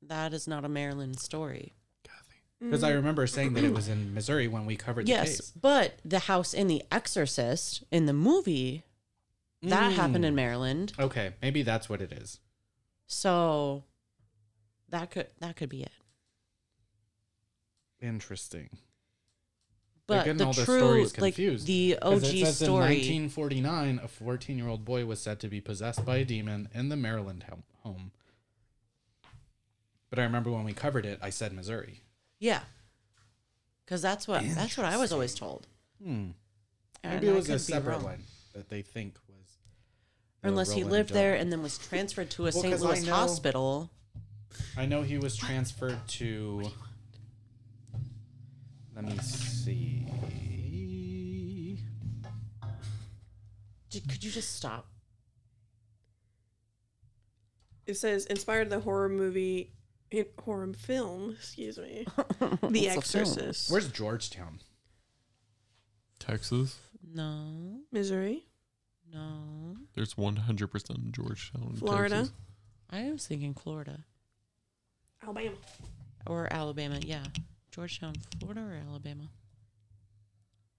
E: that is not a Maryland story."
C: Kathy.
F: Because I remember saying that it was in Missouri when we covered the
E: Mm-hmm. Yes,
F: case.
E: but the house in The Exorcist in the movie that
F: Mm.
E: happened in Maryland,
F: Okay, maybe that's what it is.
E: so that could that could be it.
F: Interesting. They're
E: But
F: getting
E: the
F: all the
E: true,
F: stories
E: like
F: confused,
E: the
F: 'Cause
E: OG
F: it says
E: story,
F: In 1949, a 14 year old boy was said to be possessed by a demon in the Maryland home. home. But I remember when we covered it, I said Missouri.
E: Yeah. Because that's what that's what I was always told.
F: Hmm.
E: And
F: Maybe it
E: I
F: was
E: could
F: a
E: be
F: separate
E: wrong.
F: one that they think was. the
E: Unless he
F: Roland
E: lived there
F: Doe.
E: and then was transferred to a
F: Well,
E: St.
F: 'cause I
E: Louis
F: know-
E: hospital.
F: I know he was transferred to. Let me see.
E: J- Could you just stop?
D: It says inspired the horror movie, in, horror film, excuse
E: *laughs*
D: me, The
E: It's a film.
D: Exorcist.
F: Where's Georgetown?
C: Texas.
E: No,
D: Missouri,
E: no.
C: There's 100% Georgetown.
D: Florida.
C: Texas.
E: I was thinking Florida
D: Alabama.
E: or Alabama. Yeah, Georgetown, Florida or Alabama.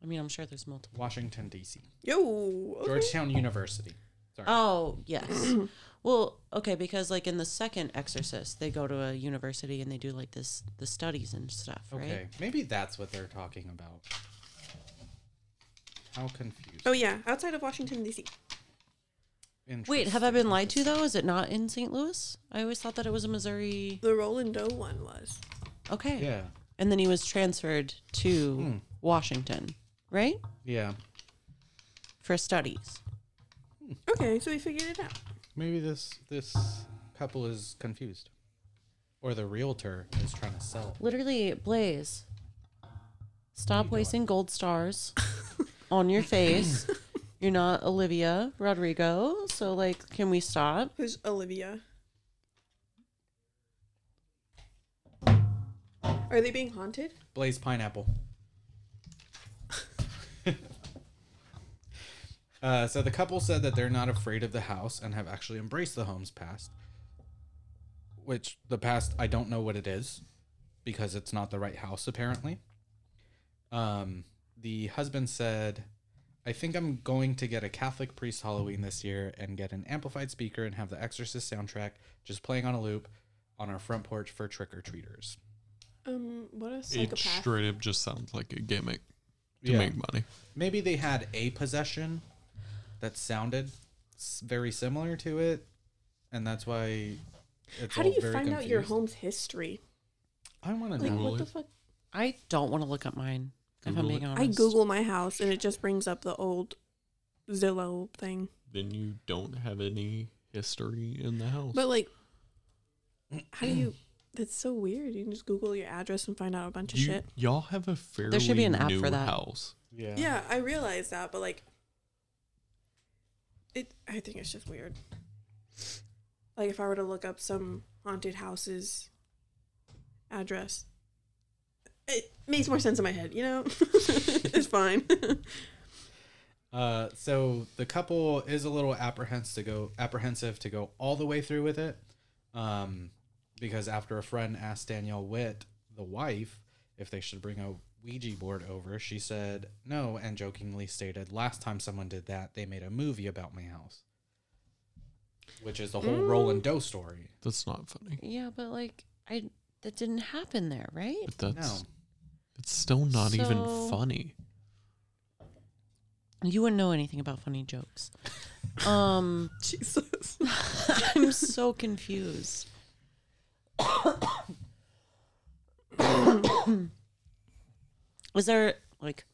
E: I mean, I'm sure there's multiple.
F: Washington, D.C.
D: Yo, okay.
F: Georgetown University.
E: Oh yes. *clears throat* well, okay, because like in the second Exorcist, they go to a university and they do like this the studies and stuff, right?
F: Okay. Maybe that's what they're talking about. How confused.
D: Oh yeah, outside of Washington D.C.
E: Wait, have I been lied to though? Is it not in St. Louis? I always thought that it was a Missouri.
D: The Roland Doe one was.
E: Okay.
F: Yeah. Hmm.
E: And then he was transferred to Washington, right?
F: Yeah.
E: For studies.
D: Okay, so we figured it out.
F: Maybe this this couple is confused, or the realtor is trying to sell.
E: Literally, Blaze, stop wasting gold stars *laughs* on your face. You're not Olivia Rodrigo, so like, can we stop?
D: Who's Olivia? Are they being haunted?
F: Blaze pineapple. uh, so the couple said that they're not afraid of the house and have actually embraced the home's past, which the past I don't know what it is because it's not the right house apparently. Um, the husband said, "I think I'm going to get a Catholic priest Halloween this year and get an amplified speaker and have the Exorcist soundtrack just playing on a loop on our front porch for trick or treaters."
D: Um, what a
C: It
D: psychopath.
C: straight up just sounds like a gimmick to make money.
F: maybe they had a possession that sounded s- very similar to it, and that's why. It's
D: How do
F: all
D: you
F: very
D: find out your
F: confused.
D: home's history?
F: I want to
D: Like,
F: know.
D: what
C: Google
D: the
C: it.
D: fuck?
E: I don't want to look up mine. if I'm
C: Google
E: being
C: it.
E: honest,
D: I Google my house and it just brings up the old Zillow thing.
C: Then you don't have any history in the house.
D: But like, how do you? That's so weird. You can just Google your address and find out a bunch of
C: you,
D: shit.
C: y'all have a fairly
E: should be an app
C: new
E: for that.
C: house.
F: Yeah.
D: Yeah, I realize that, but like, it. I think it's just weird. Like, if I were to look up some haunted houses address, it makes more sense in my head. You know, *laughs* it's fine.
F: Uh, so the couple is a little apprehensive to go apprehensive to go all the way through with it, um, because after a friend asked Danielle Witt, the wife, if they should bring a Ouija board over, she said no and jokingly stated, "Last time someone did that, they made a movie about my house." Which is the whole Roland Doe story.
C: That's not funny.
E: Yeah, but like, I that didn't happen there, right?
C: But that's
F: No.
C: it's still not even
E: So-
C: funny.
E: You wouldn't know anything about funny
F: *laughs*
E: jokes. Um,
D: Jesus.
E: *laughs* I'm so confused. *coughs* Was there like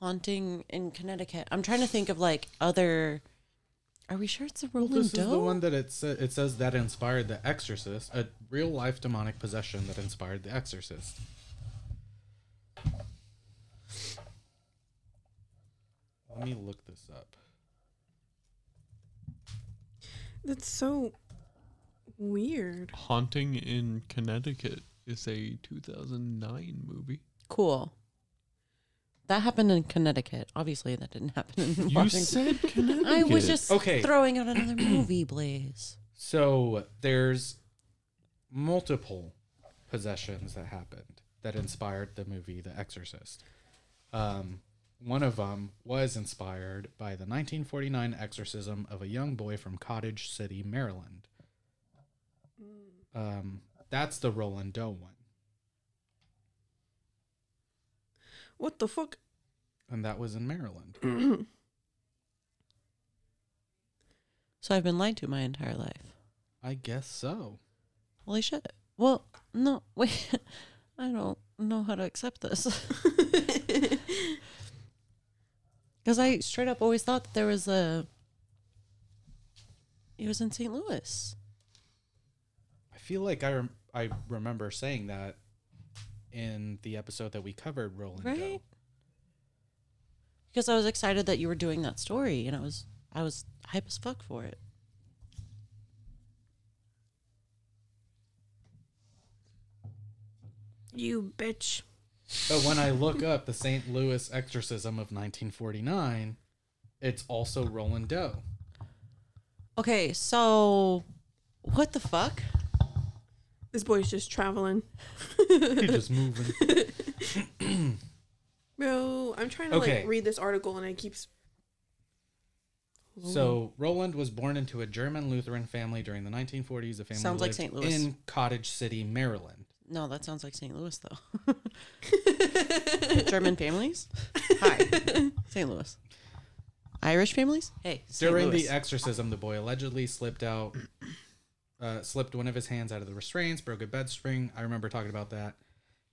E: haunting in Connecticut? I'm trying to think of like other. Are we sure it's a Rolling
F: This
E: Doe?
F: is the one that it, sa- it says that inspired The Exorcist, a real life demonic possession that inspired The Exorcist. Let me look this up.
D: *laughs* That's so weird.
C: Haunting in Connecticut is a 2009 movie.
E: Cool. That happened in Connecticut. Obviously, that didn't happen in
C: You
E: Washington.
C: said Connecticut.
E: *laughs* I was just
F: Okay.
E: throwing out another movie, Blaze.
F: So there's multiple possessions that happened that inspired the movie The Exorcist. Um, one of them was inspired by the 1949 exorcism of a young boy from Cottage City, Maryland. Um, that's the Roland Doe one,
D: What the fuck?
F: and that was in Maryland.
E: So I've been lied to my entire life.
F: I guess so.
E: holy shit. Well, no, *laughs* wait. I don't know how to accept this. Because I straight up always thought that there was a. It was in St. Louis.
F: I feel like I rem- I remember saying that in the episode that we covered Roll and
E: Right?
F: Go.
E: Because I was excited that you were doing that story, and I was I was hype as fuck for it.
D: You bitch.
F: But when I look up the St. Louis exorcism of 1949, it's also Roland Doe.
E: Okay, so what the fuck?
D: This boy's just traveling.
F: He
E: *laughs*
F: just moving.
D: Bro, I'm trying to
F: Okay.
D: like read this article and it keeps.
F: So Roland was born into a German Lutheran family during the 1940s. The family
E: Sounds like
F: lived
E: St. Louis.
F: in Cottage City, Maryland.
E: No, that sounds like St. Louis *laughs* though. German families? *laughs* Hi. St. Louis. Irish families? Hey, St.
F: During
E: Louis.
F: the exorcism, the boy allegedly slipped out, *clears throat* uh, slipped one of his hands out of the restraints, broke a bed spring. I remember talking about that,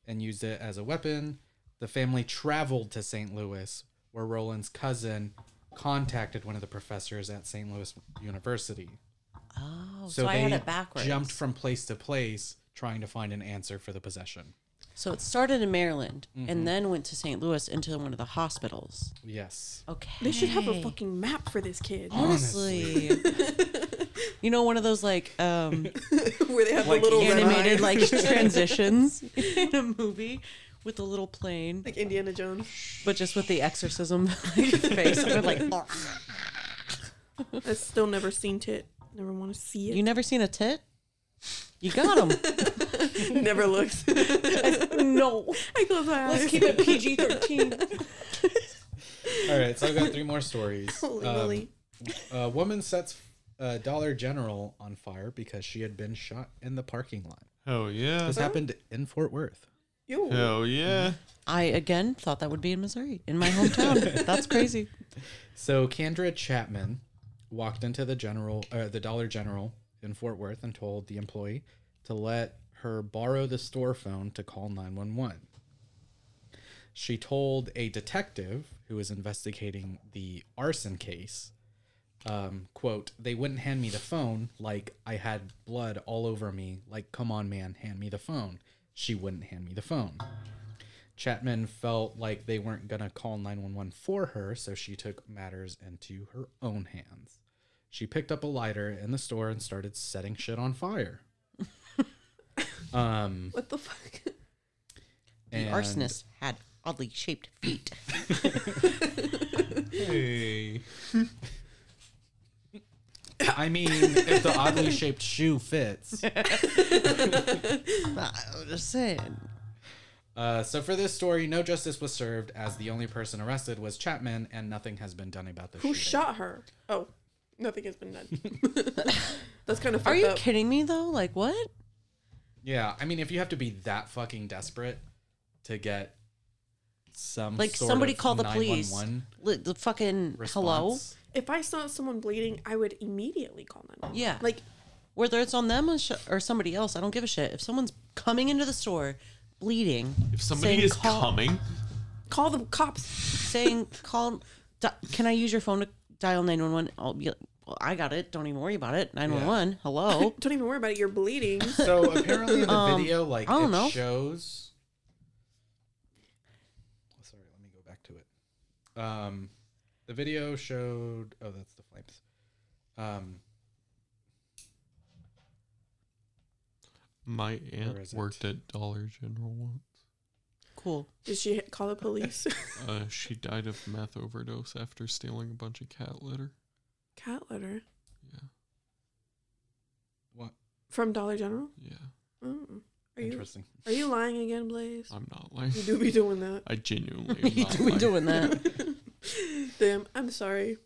F: and used it as a weapon. The family traveled to St. Louis, where Roland's cousin contacted one of the professors at St. Louis University.
E: Oh, so, I had it backwards.
F: jumped from place to place trying to find an answer for the possession.
E: So it started in Maryland
D: Mm-hmm.
E: and then went to St. Louis into one of the hospitals.
F: Yes.
E: Okay.
D: They should have a fucking map for this kid. *laughs*
E: Honestly. *laughs* you know, one of those like
D: *laughs*
E: um,
D: Where they have
F: Like,
D: the little red
E: animated
D: eye.
E: like
D: *laughs*
E: transitions in a movie with the little plane,
D: Like Indiana Jones.
E: but just with the exorcism *laughs* like, face.
D: *laughs*
E: I'm like,
D: I've still never seen tit. Never want to see it.
E: you never seen a tit? You got
D: *laughs*
E: him.
D: never looked.
E: no.
D: I close my eyes.
E: Let's
D: *laughs*
E: keep it PG 13.
F: All right, so I've got three
E: *laughs*
F: more stories.
D: Holy
F: Um,
D: moly.
F: A woman sets uh, Dollar General on fire because she had been shot in the parking lot.
C: Hell yeah.
F: This happened in Fort Worth.
D: Yo.
C: Hell yeah.
E: I again thought that would be in Missouri, in my hometown. That's crazy.
F: So Kendra Chapman walked into the general, uh, the Dollar General in Fort Worth, and told the employee to let her borrow the store phone to call 911. She told a detective who was investigating the arson case, um, "quote They wouldn't hand me the phone. Like I had blood all over me. Like come on, man, hand me the phone." She wouldn't hand me the phone. Chapman felt like they weren't going to call 911 for her, so she took matters into her own hands. She picked up a lighter in the store and started setting shit
E: *laughs*
F: on fire. um,
D: What the fuck?
E: The
F: and-
E: arsonist had oddly shaped feet.
F: I mean, if the
E: *laughs*
F: oddly shaped shoe fits.
E: I was just saying.
F: Uh, so for this story, no justice was served as the only person arrested was Chapman, and nothing has been done about the
D: Who
F: shooting.
D: shot her? Oh, nothing has been done. *laughs* That's kind of
E: Are
D: fucked
E: you
D: up.
E: kidding me though? Like what?
F: Yeah, I mean, if you have to be that fucking desperate to get some
E: Like
F: sort
E: somebody
F: of
E: call the police.
F: 911
E: Li- the fucking hello. *laughs*
F: response.
D: If I saw someone bleeding, I would immediately call 911.
E: Yeah.
D: Like,
E: Whether it's on them or, sh- or somebody else, I don't give a shit. If someone's coming into the store bleeding,
C: If somebody
E: saying
C: is
E: call-
C: coming,
D: call the cops.
E: *laughs* saying call, di- can I use your phone to dial nine one one? I'll be like, well, I got it. Don't even worry about it. Nine one one.
D: *laughs*
E: Hello.
D: Don't even worry about it. You're bleeding.
F: So apparently the video like
E: Um, I don't
F: it
E: know.
F: shows. Oh, Sorry, let me go back to it. Um, the video showed. Oh, that's the flames. Um,
C: my
F: Where is
C: aunt
F: it?
C: worked at Dollar General once.
E: cool.
D: Did she hit- call the police? *laughs*
C: Uh, she died of meth overdose after stealing a bunch of cat litter.
D: Cat litter.
C: Yeah,
F: what?
D: From Dollar General?
C: yeah.
D: Mm. Are you
F: Interesting.
D: are you lying again, Blaze?
C: I'm not lying.
D: You do be doing that.
C: *laughs* I genuinely am
E: *laughs* you
C: not
E: do be
C: lying.
E: doing that.
D: Damn, I'm sorry.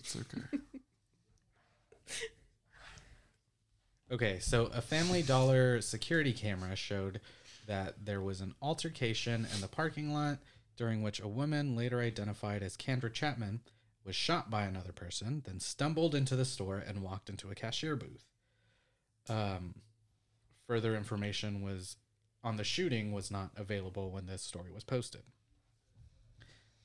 C: It's okay.
F: Okay, so a Family Dollar security camera showed that there was an altercation in the parking lot during which a woman, later identified as Kendra Chapman, was shot by another person, then stumbled into the store and walked into a cashier booth. Um, Further information was on the shooting was not available when this story was posted.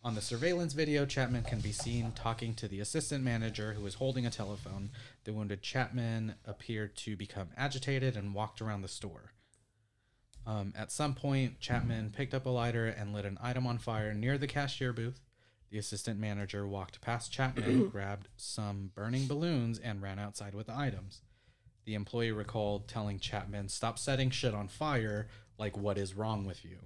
F: On the surveillance video, Chapman can be seen talking to the assistant manager who is holding a telephone. The wounded Chapman appeared to become agitated and walked around the store. Um, at some point, Chapman picked up a lighter and lit an item on fire near the cashier booth. The assistant manager walked past Chapman, grabbed some burning balloons, and ran outside with the items. The employee recalled telling Chapman, Stop setting shit on fire. Like, what is wrong with you?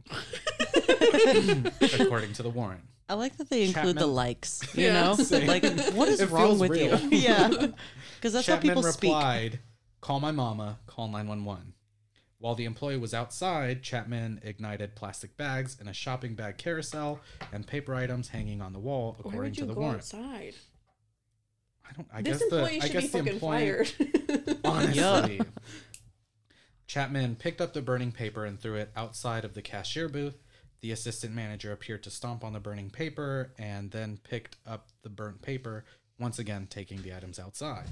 F: According to the warrant.
E: I like that they include the
F: Chapman-
E: likes, you
D: Yeah.
E: know? Like, what is
F: It
E: wrong
F: feels
E: with
F: real.
E: you? *laughs* yeah.
F: *laughs*
E: Because that's
F: Chapman
E: how people
F: replied, "Call my mama. Call 911." While the employee was outside, Chapman ignited plastic bags in a shopping bag carousel and paper items hanging on the wall,
D: Why
F: according
D: would
F: to
D: you
F: the
D: go
F: warrant.
D: outside?
F: I don't. I
D: this
F: guess the.
D: employee
F: I
D: should
F: guess
D: be
F: the
D: fucking
F: employee. *laughs*
D: fired.
F: Honestly. Chapman picked up the burning paper and threw it outside of the cashier booth. The assistant manager appeared to stomp on the burning paper and then picked up the burnt paper, once again taking the items outside.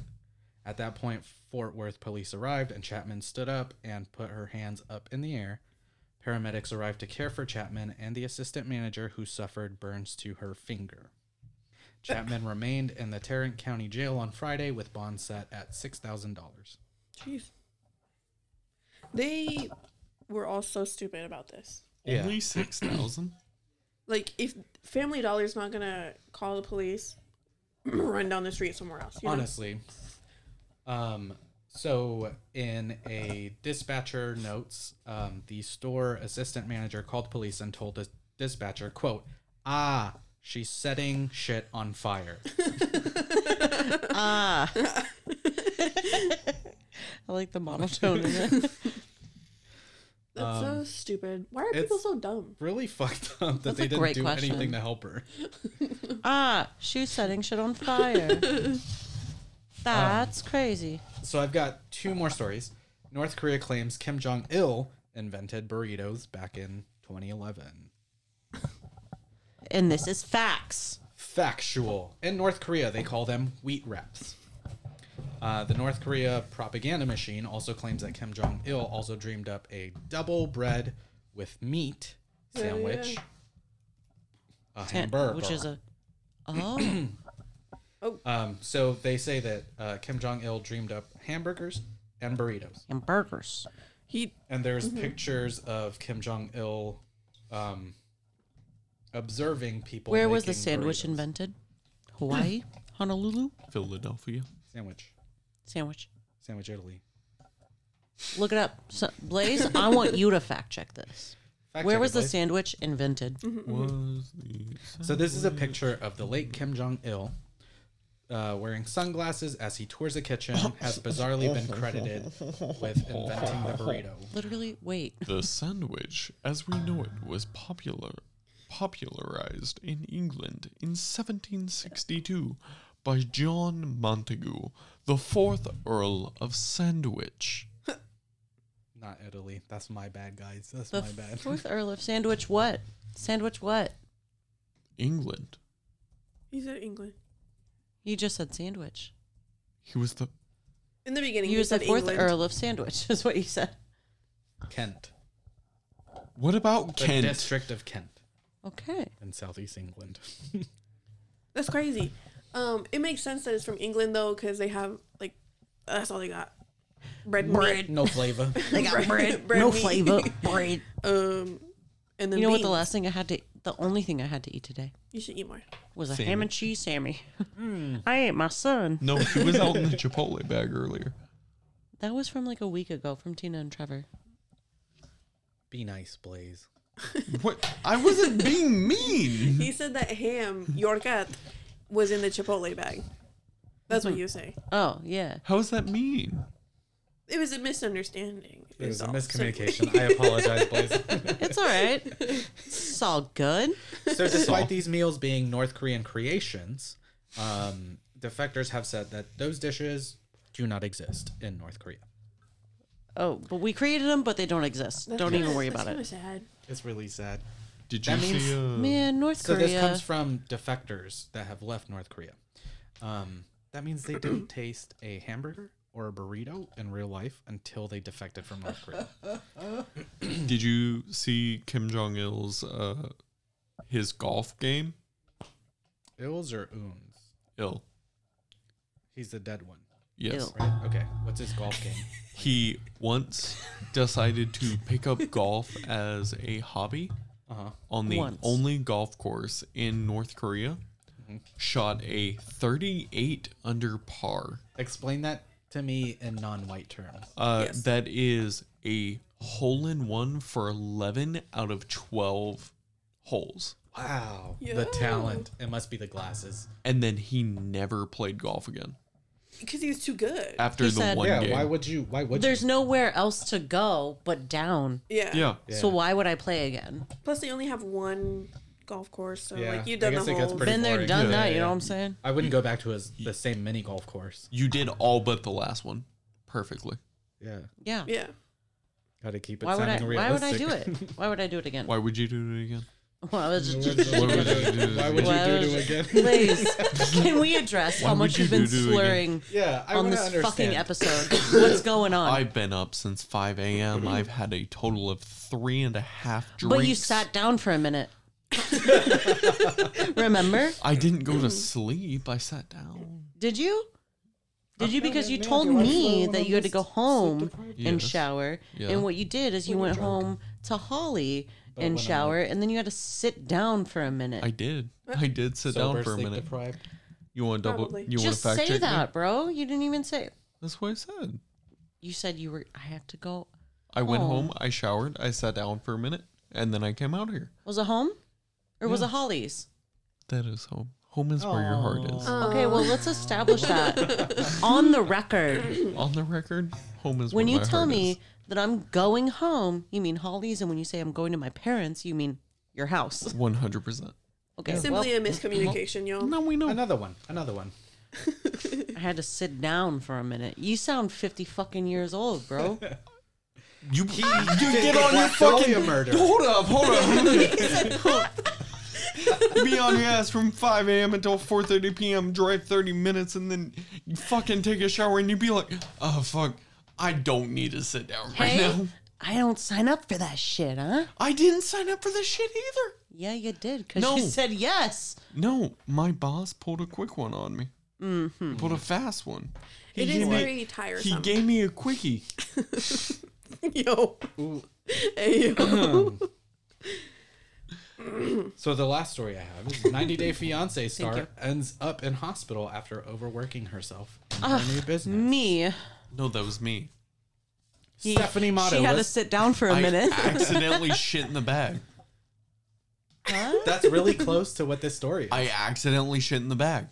F: At that point, Fort Worth police arrived and Chapman stood up and put her hands up in the air. Paramedics arrived to care for Chapman and the assistant manager who suffered burns to her finger. Chapman remained in the Tarrant County Jail on Friday with bond set at $6,000.
D: Jeez. They were all so stupid about this.
F: Yeah.
C: Only six thousand.
D: Like, if Family Dollar's not gonna call the police, *clears throat* run down the street somewhere else. You know?
F: honestly. Um, so in a dispatcher notes, um, the store assistant manager called police and told the dispatcher, "quote Ah, she's setting shit
E: *laughs*
F: on fire."
E: speak. Ah. I like the
F: *laughs*
E: monotone in it.
D: That's so stupid. Why are people
F: um, it's-
D: so dumb?
F: really fucked up that
E: That's
F: they
E: a
F: didn't
E: great
F: do
E: question.
F: anything to help her.
E: Ah, she's setting shit on
F: *laughs*
E: fire. That's crazy.
F: So I've got two more stories. North Korea claims Kim Jong Il invented burritos back in 2011.
E: And this is facts.
F: factual. In North Korea, they call them wheat wraps. Uh, the North Korea propaganda machine also claims that Kim Jong Il also dreamed up a double bread with meat sandwich,
D: yeah.
F: a hamburger,
E: Which is a. Oh.
F: *clears throat* Um, so they say that uh, Kim Jong Il dreamed up hamburgers and burritos.
E: and burgers.
D: He
F: and there's
D: Mm-hmm.
F: pictures of Kim Jong Il um, observing people.
E: Where was the
F: making
E: sandwich
F: burritos. *clears throat*
E: invented? Hawaii? Honolulu?
C: Philadelphia.
F: Sandwich,
E: Sandwich.
F: sandwich, Italy.
E: Look it up. So, Blaze, I want you to fact check this.
F: Fact
E: Where
F: check
E: was
F: it,
E: the
F: please.
E: sandwich invented?
D: Mm-hmm.
C: Was the
F: So this is a picture of the late Kim Jong Il. Uh, wearing sunglasses as he tours a kitchen has bizarrely been credited with inventing the burrito.
E: Literally, wait.
C: The sandwich, as we know it, was popular popularized in England in 1762 by John Montagu, the fourth Earl of Sandwich.
F: Not Italy. That's my bad, guys. That's
E: The
F: my bad.
E: fourth Earl of Sandwich what? Sandwich what?
C: England.
D: he's in England.
E: You just said sandwich.
C: He was the
D: In the beginning,
E: You
D: he
E: was the
D: said
E: fourth
D: England.
E: Earl of Sandwich, *laughs* is what you said.
F: Kent.
C: What about
F: The
C: Kent?
F: district of Kent
E: Okay.
F: in southeast England.
D: That's crazy. Um, it makes sense that it's from England though, because they have like that's all they got. Bread, and meat.
F: No flavor. *laughs*
D: *laughs*
E: They got bread, *laughs*
D: bread
E: no
D: meat. *laughs*
E: flavor, bread.
D: Um, and then
E: *laughs* You know what? The
D: beans.
E: last thing I had to, the only thing I had to eat today
D: You should eat more.
E: was a
C: Sammy.
E: ham and cheese, Sammy. *laughs*
F: Mm.
E: I ate my son.
C: No, he was out
F: *laughs*
C: in the Chipotle bag earlier.
E: That was from like a week ago from Tina and Trevor.
F: Be nice, Blaze.
C: What? I wasn't being mean.
D: He said that ham Yorkat was in the Chipotle bag. That's what you say.
E: Oh yeah.
C: How is that mean?
D: It was a misunderstanding.
F: It was a
D: all.
F: miscommunication. I apologize, Blaze.
E: It's all right. it's all good.
F: So, despite these meals being North Korean creations, um, defectors have said that those dishes do not exist in North Korea.
E: Oh, but we created them, but they don't exist.
D: That's
E: don't
D: kinda-
E: even worry
D: that's
E: about it.
D: kinda Sad.
F: It's really sad.
C: Did you
F: That means-
C: see? Uh,
E: Man, North
F: So
E: Korea.
F: this comes from
E: *clears throat*
F: defectors that have left North Korea. Um, that means they didn't taste a hamburger or a burrito in real life until they defected from North
E: *laughs*
F: Korea.
C: Did you see Kim Jong Il's uh, his golf game?
F: Ills or Oons?
C: Il,
F: He's the dead one,
C: yes.
E: Ill.
F: right? Okay. What's his golf
E: *laughs*
F: game?
C: He once decided to pick up golf as a hobby
F: Uh huh.
C: on the
E: Once.
C: only golf course in North Korea.
F: Mm-hmm.
C: Shot a 38 under par.
F: Explain that to me in non-white terms.
C: Uh,
D: Yes.
C: That is a hole in one for 11 out of 12 holes.
F: Wow.
D: Yeah.
F: The talent. It must be the glasses.
C: And then he never played golf again
D: because he was too good.
C: after
E: He
C: the
E: said-
C: one game.
F: would you? Why would
E: There's nowhere else to go but down.
D: yeah.
C: yeah.
E: So why would I play again?
D: Plus, they only have one golf course, so
F: Yeah,
D: like you
F: I
D: done the
F: guess it gets
D: whole.
F: pretty-
E: Been there,
F: boring.
E: done
F: Yeah,
E: that.
F: yeah,
E: You know
F: yeah.
E: what I'm saying?
F: I wouldn't go back to his the same mini golf course.
C: You did all but the last one perfectly.
F: Yeah.
E: Yeah.
D: Yeah,
F: Got to keep it
E: Why would I?
F: sounding
E: Why would I
F: realistic. *laughs*
E: do it? Why would I do it again?
C: Why would you do it again?
E: Well, I was just-
F: *laughs*
C: Why would you do it
F: Why
C: again?
F: would you
E: Why
F: do
E: would
F: it again?
E: Please, can we address
C: Why
E: how
C: would
E: much
C: you
E: you've been
C: do do it again?
E: slurring
F: *laughs* Yeah, I
E: on
F: wanna
E: this
F: understand.
E: fucking
F: *laughs*
E: episode? What's going on?
C: I've been up since 5 a.m. I've had a total of three and a half drinks.
E: Mm-hmm. but you sat down for a
F: *laughs*
E: minute. Remember?
C: I didn't go
E: Mm.
C: to sleep. I sat down.
E: Did you? Did you? Because you told me that you had to go home and
C: Yes.
E: shower.
C: Yeah.
E: And what you did is you went home to Holly and shower, and then you had to sit down for a minute.
C: I did. I did sit
F: Sober,
C: down for a
F: sleep
C: minute.
F: deprived.
C: You want to double?
D: Probably.
C: You want to
E: Just
C: fact
E: say
C: check
E: that,
C: Me?
E: bro. You didn't even say.
C: That's what I said.
E: You said you were. I have to go.
C: I went
E: Oh.
C: home. I showered. I sat down for a minute, and then I came out here.
E: Was it home, or was it Holly's?
C: That is home. Home is where your heart is.
E: Okay, well let's establish that on the record.
C: On the record, home is
E: When
C: where
E: you
C: my
E: tell
C: heart
E: me
C: is.
E: that I'm going home, you mean Holly's, and when you say I'm going to my parents, you mean your house.
C: One hundred percent.
E: Okay, well,
D: simply a miscommunication, y'all.
C: Now we know.
F: Another one. Another one.
E: I had to sit down for a minute. You sound fifty fucking years old,
F: *laughs*
E: bro.
C: You, you
F: did
C: get
F: the
C: on your
F: Black Dahlia
C: fucking
F: murder.
C: Hold up, hold up. Be on your ass from 5 a.m. until 4:30 p.m. Drive 30 minutes, and then you fucking take a shower, and you be like, "Oh fuck, I don't need to sit down right now.
E: Hey, I don't sign up for that shit, huh?
C: I didn't sign up for this shit either."
E: Yeah, you did, because
C: No.
E: you said
F: *laughs*
E: yes.
C: No, my boss pulled a quick one on me. Mm-hmm. Pulled a fast one. He
D: It is
C: gave me-
D: very
C: He
D: tiresome.
C: gave me a quickie.
D: yo, hey, yo.
F: So the last story I have is 90 Day Fiance star ends up in hospital after overworking herself in her new business.
E: Me.
C: No, that was me.
E: He-
F: Stephanie Motto
E: She had to
F: was-
E: sit down for a
C: I
E: minute. *laughs*
C: accidentally shit in the bag.
F: That's really close to what this story is.
C: I accidentally shit in the bag.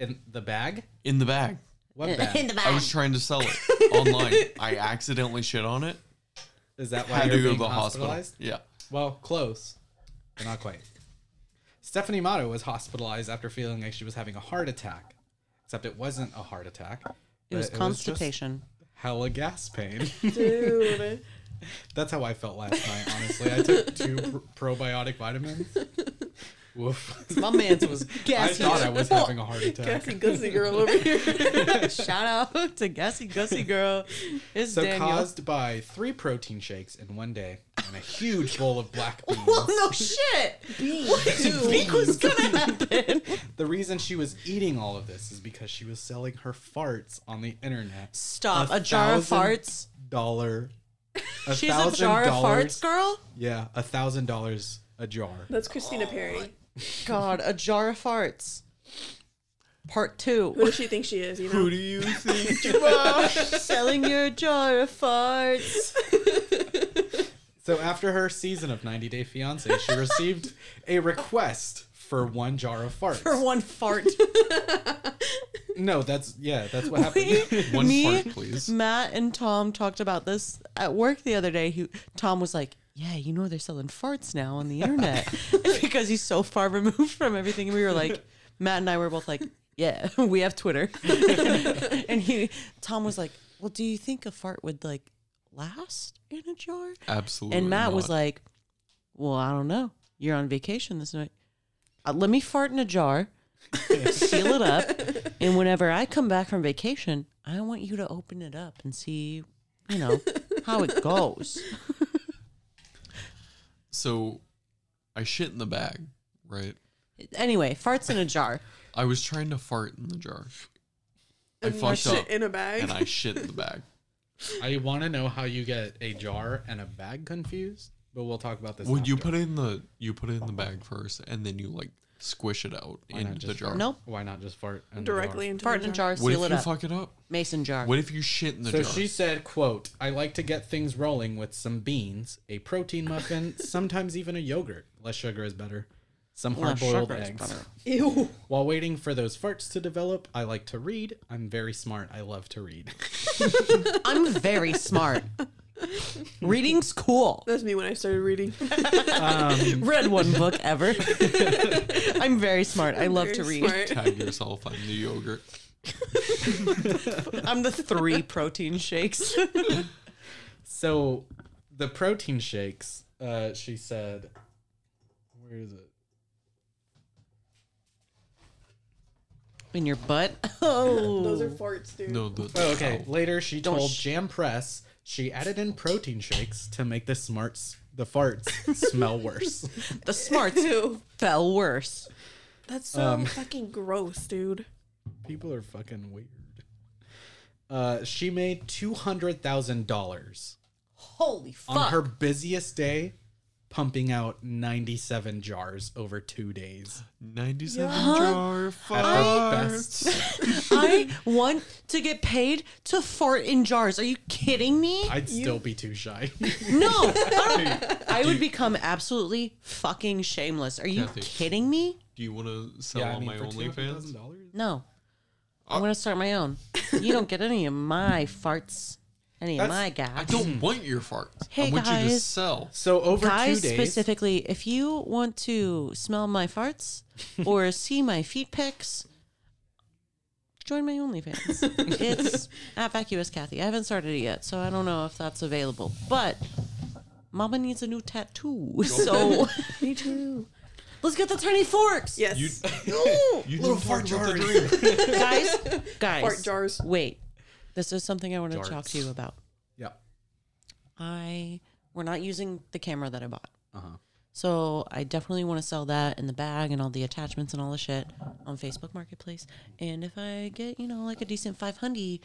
F: in the bag?
C: In the bag.
E: *laughs*
F: What bag?
E: the
C: I was trying to sell it online. I accidentally shit on it.
F: Is that why
C: Had
F: you're
C: to go to
F: being
C: the hospital.
F: hospitalized?
C: Yeah.
F: Well, close, but not quite. Stephanie Motto was hospitalized after feeling like she was having a heart attack, except it wasn't a heart attack.
E: It was
F: but just *laughs*
E: constipation.
F: hella gas pain. *laughs*
D: dude,
F: That's how I felt last night. Honestly, I took two pr- probiotic vitamins. Woof.
E: My man's was
F: I
E: *laughs* gassy.
F: thought I was having a heart attack.
D: gassy gussy girl over here.
F: *laughs*
E: Shout out to Gassy Gussy Girl. It's
F: So
E: Daniel.
F: caused by three protein shakes in one day and a huge bowl of
E: *laughs*
F: black beans.
E: *laughs* well, no shit. What did you think was gonna happen?
F: The reason she was eating all of this is because she was selling her farts on the internet.
E: Stop. A, jar of
F: thousand
E: farts. *laughs*
F: Dollar. A
E: She's a
F: thousand
E: jar of farts
F: dollars-
E: girl.
F: Yeah, a thousand dollars a jar.
D: That's Christina Perry.
E: God, a jar of farts. Part
D: Who
E: *laughs* two.
D: does she think she is? You know,
C: Who do *laughs* you think? you-
E: *laughs* Selling your jar of farts.
F: So after her season of 90 Day Fiance,
E: *laughs*
F: she received a request for one jar of farts.
E: For one fart.
F: No, that's yeah, that's what happened.
E: We-
C: One
E: me,
C: fart, please.
E: Matt and Tom talked about this at work the other day. He, Tom was like, "Yeah, you know they're selling farts now on the *laughs* internet because he's so far removed from everything." And we were like, Matt and I were both like, "Yeah, *laughs* we have Twitter." and he, Tom was like, "Well, do you think a fart would like last in a jar?"
C: Absolutely.
E: And Matt was
C: not.
E: like, "Well, I don't know. You're on vacation this night. Uh, let me fart in a jar." *laughs* seal it up. And whenever I come back from vacation, I want you to open it up and see, you know, how it goes.
C: So I shit in the bag, right?
E: Anyway, farts in a jar.
C: I was trying to fart in the jar. I
D: And
C: fucked
D: shit
C: up
D: in a bag.
C: and I shit in the
F: *laughs*
C: bag.
F: *laughs* I want to know how you get a jar and a bag confused, but we'll talk about this.
C: Well, you
F: after.
C: put it in the you put it in the bag first, and then you like squish it out
F: Why not
C: into the
F: just
C: jar.
E: Nope.
F: Why not just fart in the jar?
D: directly into
E: Fart
D: the
E: in a jar,
C: What if
E: seal
C: you
E: it up.
C: fuck it up?
E: Mason jar.
C: What if you shit in the
F: So
C: jar?
F: she said, "quote I like to get things rolling with some beans, a protein
E: *laughs*
F: muffin, sometimes even a yogurt. Less sugar is better. Some
E: Less
F: hard-boiled
E: sugar is
F: eggs.
E: better.
D: Ew.
F: While waiting for those farts to develop, I like to read. I'm very smart. I love
E: *laughs*
F: to read.
E: I'm very smart. Reading's cool.
D: That's me when I started reading.
E: Read one book ever. I'm very smart. I love to
D: Very
E: read.
F: *laughs*
D: smart.
C: Tag yourself on the yogurt.
E: I'm the three protein shakes.
F: so, the protein shakes. Uh, she said, "Where is it?
E: in your butt. *laughs* Oh.
D: Those are farts, dude.
C: No, the
F: Oh, okay. Later, she told
E: sh-
F: Jam Press she added in protein shakes to make the smarts, the farts,
E: *laughs*
F: smell worse.
E: The smarts
D: Ew.
E: fell worse.
D: That's so
E: Um,
D: fucking gross, dude.
F: People are fucking weird. Uh, she made two hundred thousand dollars
E: Holy fuck.
F: on her busiest day, pumping out ninety-seven jars over two days.
C: ninety-seven
E: Huh?
C: jar
F: At
C: fart.
E: *laughs*
F: the best,
E: I want to get paid to fart in jars. Are you kidding me?
F: I'd still be too shy.
C: *laughs*
E: no. I, don't- I would become absolutely fucking shameless. Are you
C: Kathy.
E: kidding me?
C: Do you want to sell on my OnlyFans?
E: No.
F: Uh,
E: I'm going to start my own. You don't get any of my farts, any of
F: That's-
E: my
C: I
E: gas.
C: don't want your farts. I
E: Mm-hmm. Hey,
C: want you to
E: guys.
C: sell.
F: So over
E: Guys,
F: two days,
E: specifically, if you want to smell my
F: *laughs*
E: farts or see my feet pics, join my OnlyFans.
F: *laughs*
E: it's at Vacuous Kathy. I haven't started it yet, so I don't know if that's available. But Mama needs a new
F: *laughs*
E: tattoo, so
D: Me too.
E: let's get the tiny forks.
D: Yes.
C: You,
F: *laughs*
E: Ooh.
C: you little
F: fart
C: dream.
E: guys, guys,
D: Fart jars.
E: Wait, this is something I want to talk
F: Darts.
E: to you about.
F: *laughs* yeah,
E: I we're not using the camera that I bought.
F: Uh-huh.
E: So I definitely want to sell that and the bag and all the attachments and all the shit on Facebook Marketplace. And if I get you know like a decent five hundred,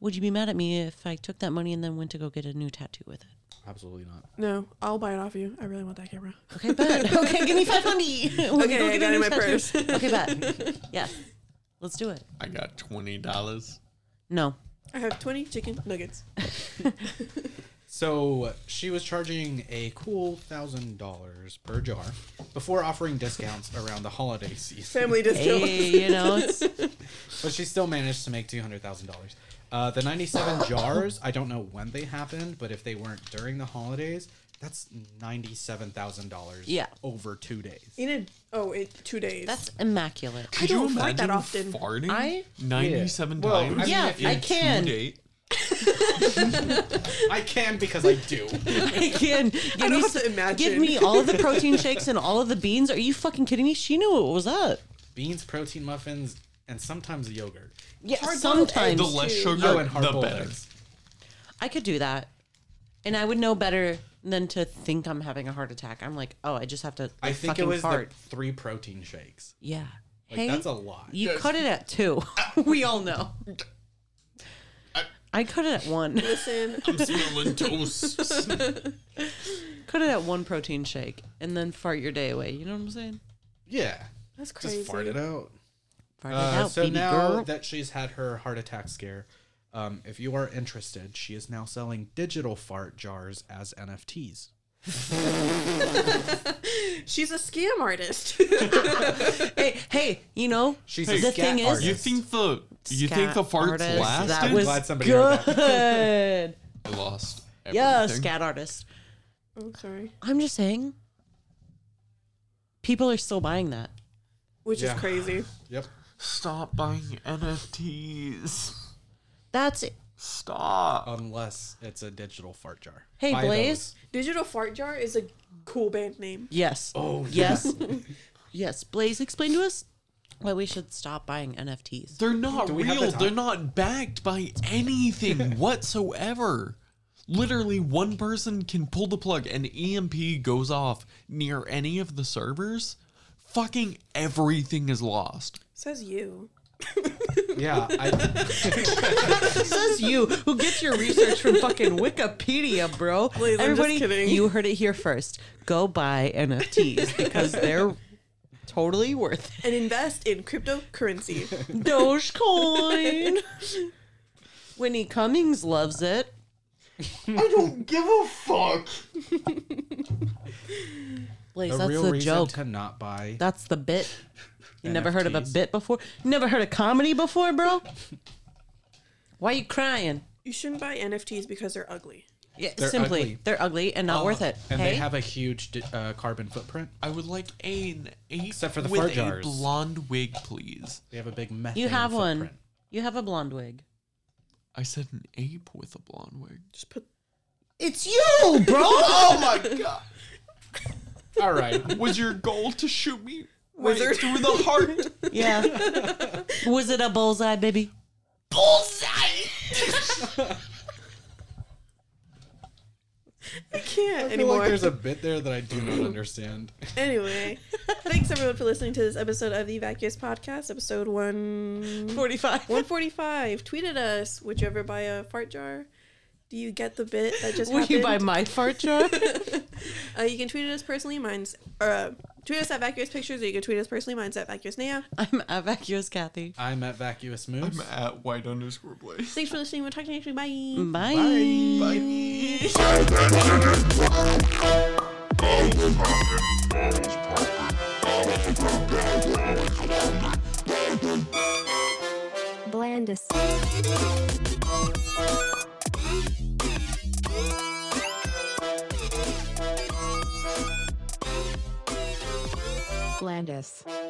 E: would you be mad at me if I took that money and then went to go get a new tattoo with it?
F: absolutely not.
D: No, I'll buy it off you. I really want that camera. *laughs*
E: Okay, bet. okay, give me five hundred.
D: Okay, I got it in my purse.
E: *laughs*
D: *laughs*
E: Okay, bet. Yes, let's do it.
C: I got twenty dollars.
D: *laughs*
E: No,
D: I have 20 chicken nuggets.
F: So she was charging a cool thousand dollars per jar before offering discounts around the holiday season.
D: Family discount.
E: hey, you know it's
F: But she still managed to make two hundred thousand dollars. Uh, the ninety-seven jars. I don't know when they happened, but if they weren't during the holidays, that's ninety-seven thousand dollars.
E: Yeah.
F: over two days.
D: *laughs* In a, oh, in two days.
E: that's immaculate.
D: *laughs*
C: Could
D: don't
C: you
D: fart
C: imagine
D: that often.
C: farting
E: I-
C: ninety-seven
F: Yeah. Well,
C: times?
F: I mean,
E: yeah,
F: if you
E: I
F: do
E: can.
C: Date.
F: I can because I do.
E: I can. Give
D: don't
E: me
D: have to
E: s-
D: imagine.
E: Give me
D: *laughs*
E: all of the protein shakes and all of the beans. Are you fucking kidding me? She knew what was up.
F: Beans, protein muffins, and sometimes yogurt.
E: Yeah,
D: Hard-boiled
E: sometimes
C: The less
D: Two.
C: sugar,
F: Oh, and
C: the
F: hard-boiled *laughs*
C: better.
F: eggs.
E: I could do that, and I would know better than to think I'm having a heart attack. I'm like, oh, I just have to. Like,
F: I think it
E: fucking
F: was
E: fart.
F: the three protein shakes.
E: yeah.
F: Like that's a lot.
E: You cut it at
F: *laughs*
E: two. *laughs* we all know. I cut it at one. *laughs*
D: Listen,
C: *laughs* I'm smelling toast.
E: cut it at one protein shake, and then fart your day away. You know what I'm saying?
F: Yeah,
D: that's crazy.
F: just fart it out.
E: Fart it
F: Uh,
E: out,
F: so
E: baby
F: now
E: girl.
F: that she's had her heart attack scare, um, if you are interested, she is now selling digital fart jars as NFTs.
D: She's a scam artist. *laughs*
E: *laughs* hey, hey, you know
F: She's
E: the
F: a scat
E: thing is,
F: artist.
C: You think the you
E: Scat
C: think the farts
E: artist.
C: lasted?
E: That was
F: glad somebody heard that.
E: good. *laughs*
C: I lost.
E: yeah,
C: everything.
E: scat artist.
D: oh, sorry.
E: I'm just saying, people are still buying that.
D: Which
F: Yeah.
D: is crazy.
F: Yep.
C: Stop buying NFTs.
E: That's it.
C: Stop.
F: Unless it's a digital fart jar.
E: Hey, Blaze.
F: those.
D: Digital Fart Jar is a cool band name.
E: yes.
F: Oh,
E: *laughs* yes. yes. Blaze, explain to us But we should stop buying NFTs.
C: They're not
F: we have
C: real.
F: the
C: They're
F: time?
C: not backed by
F: *laughs*
C: anything whatsoever. Literally, one person can pull the plug and EMP goes off near any of the servers. Fucking everything is lost.
D: Says you.
F: Yeah,
E: *laughs*
F: I,
E: says you who gets your research from fucking Wikipedia, bro.
D: Please, I'm just
E: Everybody,
D: kidding.
E: you heard it here first. Go buy NFTs because they're totally worth it.
D: And invest in cryptocurrency.
C: *laughs*
E: Dogecoin. Winnie Cummings loves it.
C: I don't give a fuck.
E: Blaze,
F: the
E: that's
F: real
E: the
F: reason
E: joke.
F: to not buy.
E: That's the bit. You never heard of a
F: NFTs.
E: bit before? You never heard of comedy before, bro? Why you crying?
D: you shouldn't buy NFTs because they're ugly.
E: Yeah,
F: They're
E: simply
F: ugly. Oh,
E: they're ugly and not worth it.
F: And
E: hey?
F: they have a huge d- uh, carbon footprint.
C: I would like an ape
F: Except for the
C: with
F: fur
C: a
F: jars.
C: blonde wig, please.
F: They have a big methane
E: you have one.
F: footprint.
E: You have a blonde wig.
C: I said an ape with a blonde wig.
D: Just put
E: It's you, bro.
C: Oh my god!
E: *laughs*
F: All right.
C: Was your goal to shoot me right
D: Wizard.
C: through the heart?
F: *laughs*
E: yeah. Was it a bullseye, baby?
D: can't
F: I feel
D: anymore.
F: like there's a bit there that I do not understand.
D: Anyway, thanks everyone for listening to this episode of the Vacuous Podcast, episode one *laughs*
E: Forty-five.
D: 145. Tweet at us. Would you ever buy a fart jar? Do you get the bit that just
E: Will
D: happened?
E: you buy my fart jar?
D: uh, you can tweet at us personally. Mine's uh, tweet us at Vacuous Pictures, or you can tweet us personally. Mine's at Vacuous Naya.
E: *laughs* I'm at vacuous Kathy.
F: I'm at Vacuous Moose.
C: I'm *laughs* at white underscore blaze.
D: Thanks for listening. We'll talk to you next week. Bye.
E: Bye.
C: Bye.
G: Blandis. Blandis.